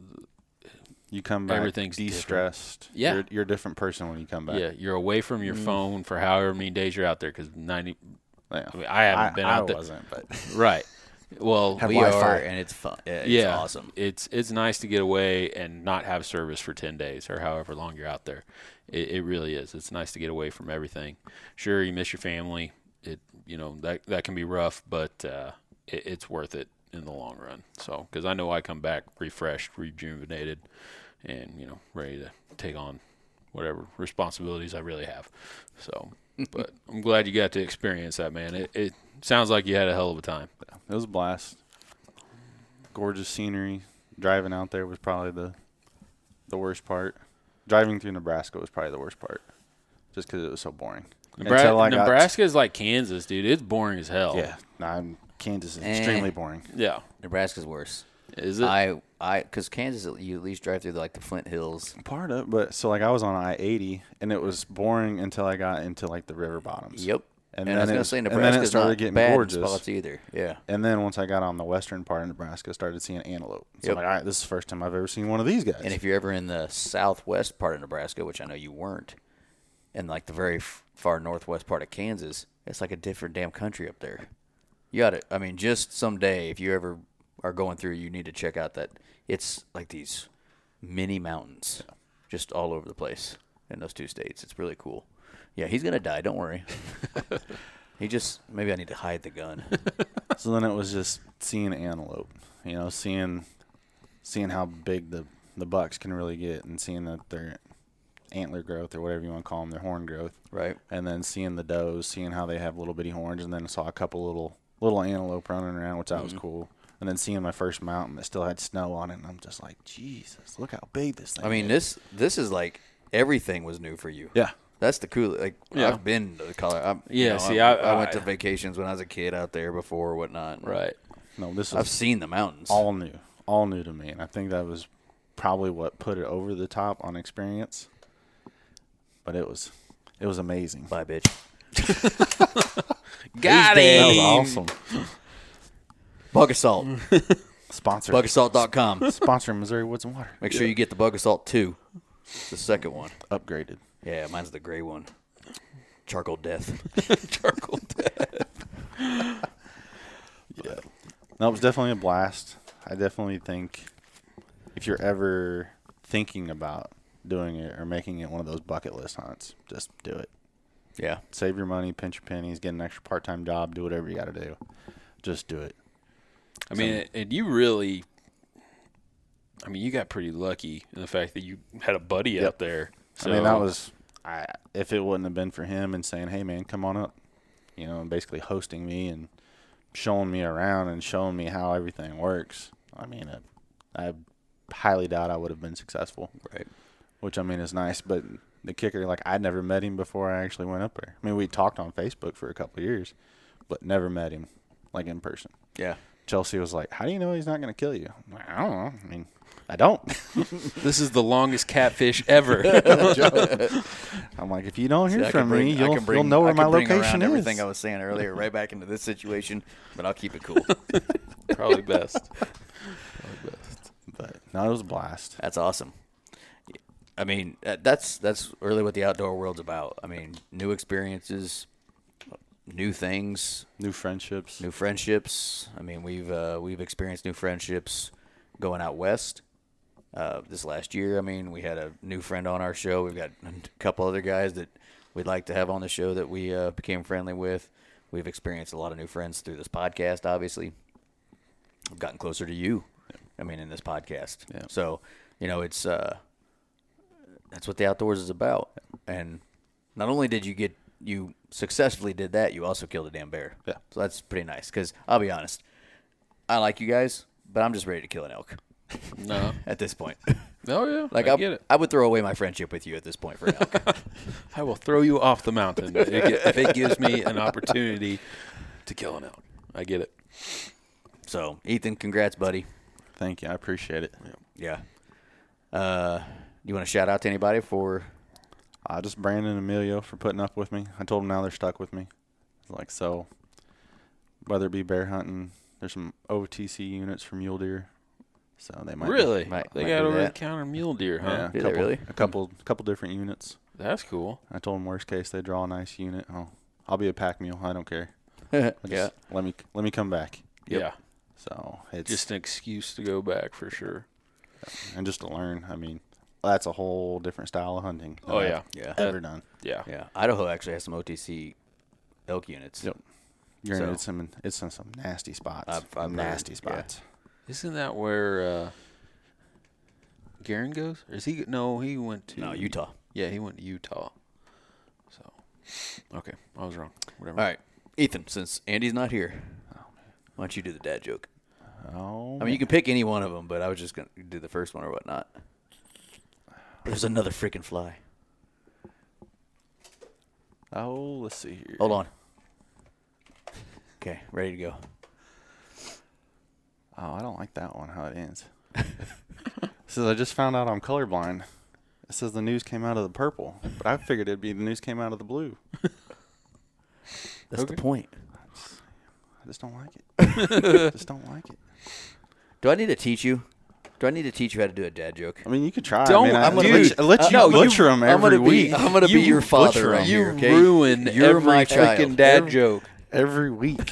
You come back. Everything's different. de-stressed. Yeah. you're, you're a different person when you come back. yeah, you're away from Mm. your phone for however many days you're out there because ninety. Yeah. I, mean, I haven't I, been I out there. wasn't, but <laughs> Right. Well, we Wi-Fi. are, and it's fun. Yeah, it's yeah, awesome. It's it's nice to get away and not have service for ten days or however long you're out there. It, it really is. It's nice to get away from everything. Sure, you miss your family. It you know that that can be rough, but uh, it, it's worth it in the long run. So because I know I come back refreshed, rejuvenated, and you know ready to take on whatever responsibilities I really have. <laughs> So, but I'm glad you got to experience that, man. It, it sounds like you had a hell of a time. it was a blast. Gorgeous scenery. Driving out there was probably the the worst part. Driving through Nebraska was probably the worst part, just because it was so boring. Nebra- Until I got- Nebraska is like Kansas, dude. It's boring as hell. yeah, nah, Kansas is Eh. extremely boring. Yeah. Nebraska's worse. Is it? I, I, because Kansas, you at least drive through like the Flint Hills. Part of, but so like I was on I eighty, and it was boring until I got into like the river bottoms. Yep. And, And I was it gonna was- say and then Nebraska's it started not getting bad in gorgeous. spots either. Yeah, And then once I got on the western part of Nebraska, I started seeing antelope. So Yep. I'm like, all right, this is the first time I've ever seen one of these guys. and if you're ever in the southwest part of Nebraska, which I know you weren't, and like the very f- far northwest part of Kansas, it's like a different damn country up there. You got it. I mean, just someday if you ever are going through, you need to check out that it's like these mini mountains just all over the place in those two states. It's really cool. Yeah, he's gonna die. Don't worry. he just maybe I need to hide the gun. <laughs> so then it was just seeing antelope, you know, seeing seeing how big the the bucks can really get, and seeing that their antler growth or whatever you want to call them, their horn growth, Right. and then seeing the does, seeing how they have little bitty horns, and then I saw a couple little little antelope running around, which that was Mm-hmm. cool. And then seeing my first mountain that still had snow on it, and I'm just like, Jesus, look how big this thing. I mean, is. this this is like everything was new for you. yeah, That's the cool. Like Yeah. I've been to the color. I'm, Yeah, see, I, I- I went I- to vacations when I was a kid out there before or whatnot. Right. no, this I've is seen the mountains. all new, all new to me, and I think that was probably what put it over the top on experience. But it was, it was amazing. Bye, <laughs> bitch. Got That was it. awesome. <laughs> Bug Assault. Sponsor, BugAssault.com. sponsor Missouri Woods and Water Make sure you get the Bug Assault 2. It's the second one. upgraded. Yeah, mine's the gray one. Charcoal Death. Charcoal. No, it was definitely a blast. I definitely think if you're ever thinking about doing it or making it one of those bucket list hunts, just do it. Yeah. Save your money, pinch your pennies, get an extra part time job, do whatever you got to do. Just do it. I mean, and you really, I mean, you got pretty lucky in the fact that you had a buddy Yep. out there. I mean, that was I, if it wouldn't have been for him and saying, "Hey, man, come on up," you know, and basically hosting me and showing me around and showing me how everything works. I mean, it, I highly doubt I would have been successful. Right. Which I mean is nice, but the kicker, like I'd never met him before I actually went up there. I mean, we talked on Facebook for a couple of years, but never met him like in person. Yeah. Chelsea was like, "How do you know he's not going to kill you?" I'm like, I don't know. I mean, I don't. <laughs> this is the longest catfish ever. I'm like, if you don't hear I can from bring- me, I you'll, can bring- you'll know I where my can bring around location is. everything I was saying earlier right back into this situation, but I'll keep <laughs> it cool. Probably best. But no, it was a blast. That's awesome. I mean, that- that's that's really what the outdoor world's about. I mean, new experiences, new things, New friendships. new friendships. I mean, we've uh, we've experienced new friendships going out west. Uh, this last year, I mean, we had a new friend on our show. We've got a couple other guys that we'd like to have on the show that we uh, became friendly with. We've experienced a lot of new friends through this podcast, obviously. I've gotten closer to you. I mean, in this podcast. Yeah. So, you know, it's uh, that's what the outdoors is about. And not only did you get you successfully did that, you also killed a damn bear. Yeah. So that's pretty nice. Because I'll be honest, I like you guys, but I'm just ready to kill an elk No. at <laughs> this point. Oh, yeah. like I I, get it. I would throw away my friendship with you at this point for an <laughs> elk. I will throw you off the mountain if it gi- if it gives me an opportunity to kill an elk. I get it. so Ethan, congrats, buddy. Thank you. I appreciate it. Yeah. Uh, you want to shout out to anybody for? Uh, just Brandon and Emilio for putting up with me. I told them now they're stuck with me. It's like, so whether it be bear hunting, there's some OTC units for mule deer. So they might be- Really? might- they might got do over the that. counter mule deer, huh? yeah, Do a they couple, really? A couple, couple different units. That's cool. I told them worst case they draw a nice unit. Oh, I'll be a pack mule. I don't <laughs> care. I yeah. just- Let me let me come back. Yeah. So it's Just an excuse to go back for sure. and just to learn. I mean, that's a whole different style of hunting. than Oh, I've yeah. Yeah. ever done. Yeah. Yeah. Idaho actually has some OTC elk units. Yep. You're in So- it's some it's in some nasty spots. I've- I've heard, nasty yeah. spots. Isn't that where uh, Garen goes? Or is he? No, he went to. No, Utah. Yeah, he went to Utah. So, okay, I was wrong. Whatever. All right, Ethan. Since Andy's not here, why don't you do the dad joke? Oh, I mean, you can pick any one of them, but I was just gonna do the first one or whatnot. There's another freaking fly. oh, let's see here. Hold on. Okay, ready to go. Oh, I don't like that one. How it ends. it says I just found out I'm colorblind. It says the news came out of the purple, but I figured it'd be the news came out of the blue. That's the point. I just don't like it. just don't like it. Do I need to teach you? Do I need to teach you how to do a dad joke? I mean, you could try. Don't- I mean, I- I'm gonna- let you- dude, I let uh, you no, you- butcher them every I'm gonna be- week. I'm gonna be You your father butcher on 'em. here. You okay? ruin You're every my freaking child. dad You're- joke. <laughs> every week.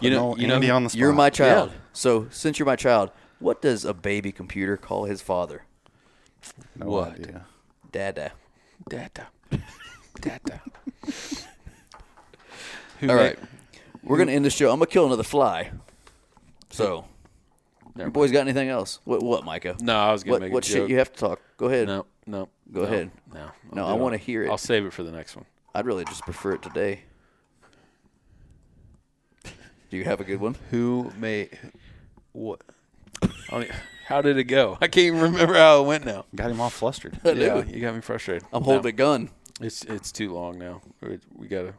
You know, Putting you know, Andy on the spot. You're my child. Yeah. So since you're my child, what does a baby computer call his father? No What? idea. Dada. <laughs> Data. Data. Who All ma- right. We're gonna end the show. I'm gonna kill another fly. So, your boys got anything else? What? What, Micah? No, I was gonna What, make a what shit joke. you have to talk? Go ahead. No, no. Go no, ahead. No. No, I'll I do wanna hear it. I'll save it for the next one. I'd really just prefer it today. Do you have a good one? Who made what? e, how did it go? I can't even remember how it went now. Got him all flustered. <laughs> Yeah, you got me frustrated. <laughs> I'm holding a gun. No, it's it's too long now. We, we gotta.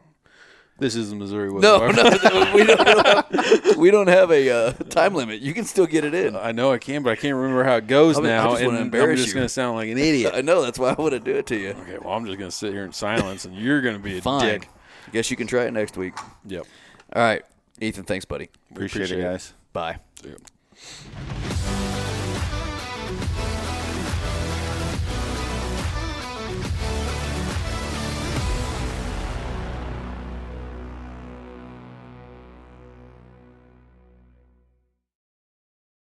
This is Missouri. No, <laughs> weather. no, we don't. Have, we don't have a uh, time limit. You can still get it <laughs> in. I know I can, but I can't remember how it goes I mean, I now. just wanna and embarrass I'm just you. gonna sound like an idiot. I know that's why I want to do it to you. okay, well I'm just gonna sit here in silence, and you're gonna be a Fine. dick. Guess you can try it next week. Yep. All right, Ethan. Thanks, buddy. Appreciate, Appreciate it. it, guys. Bye. yep.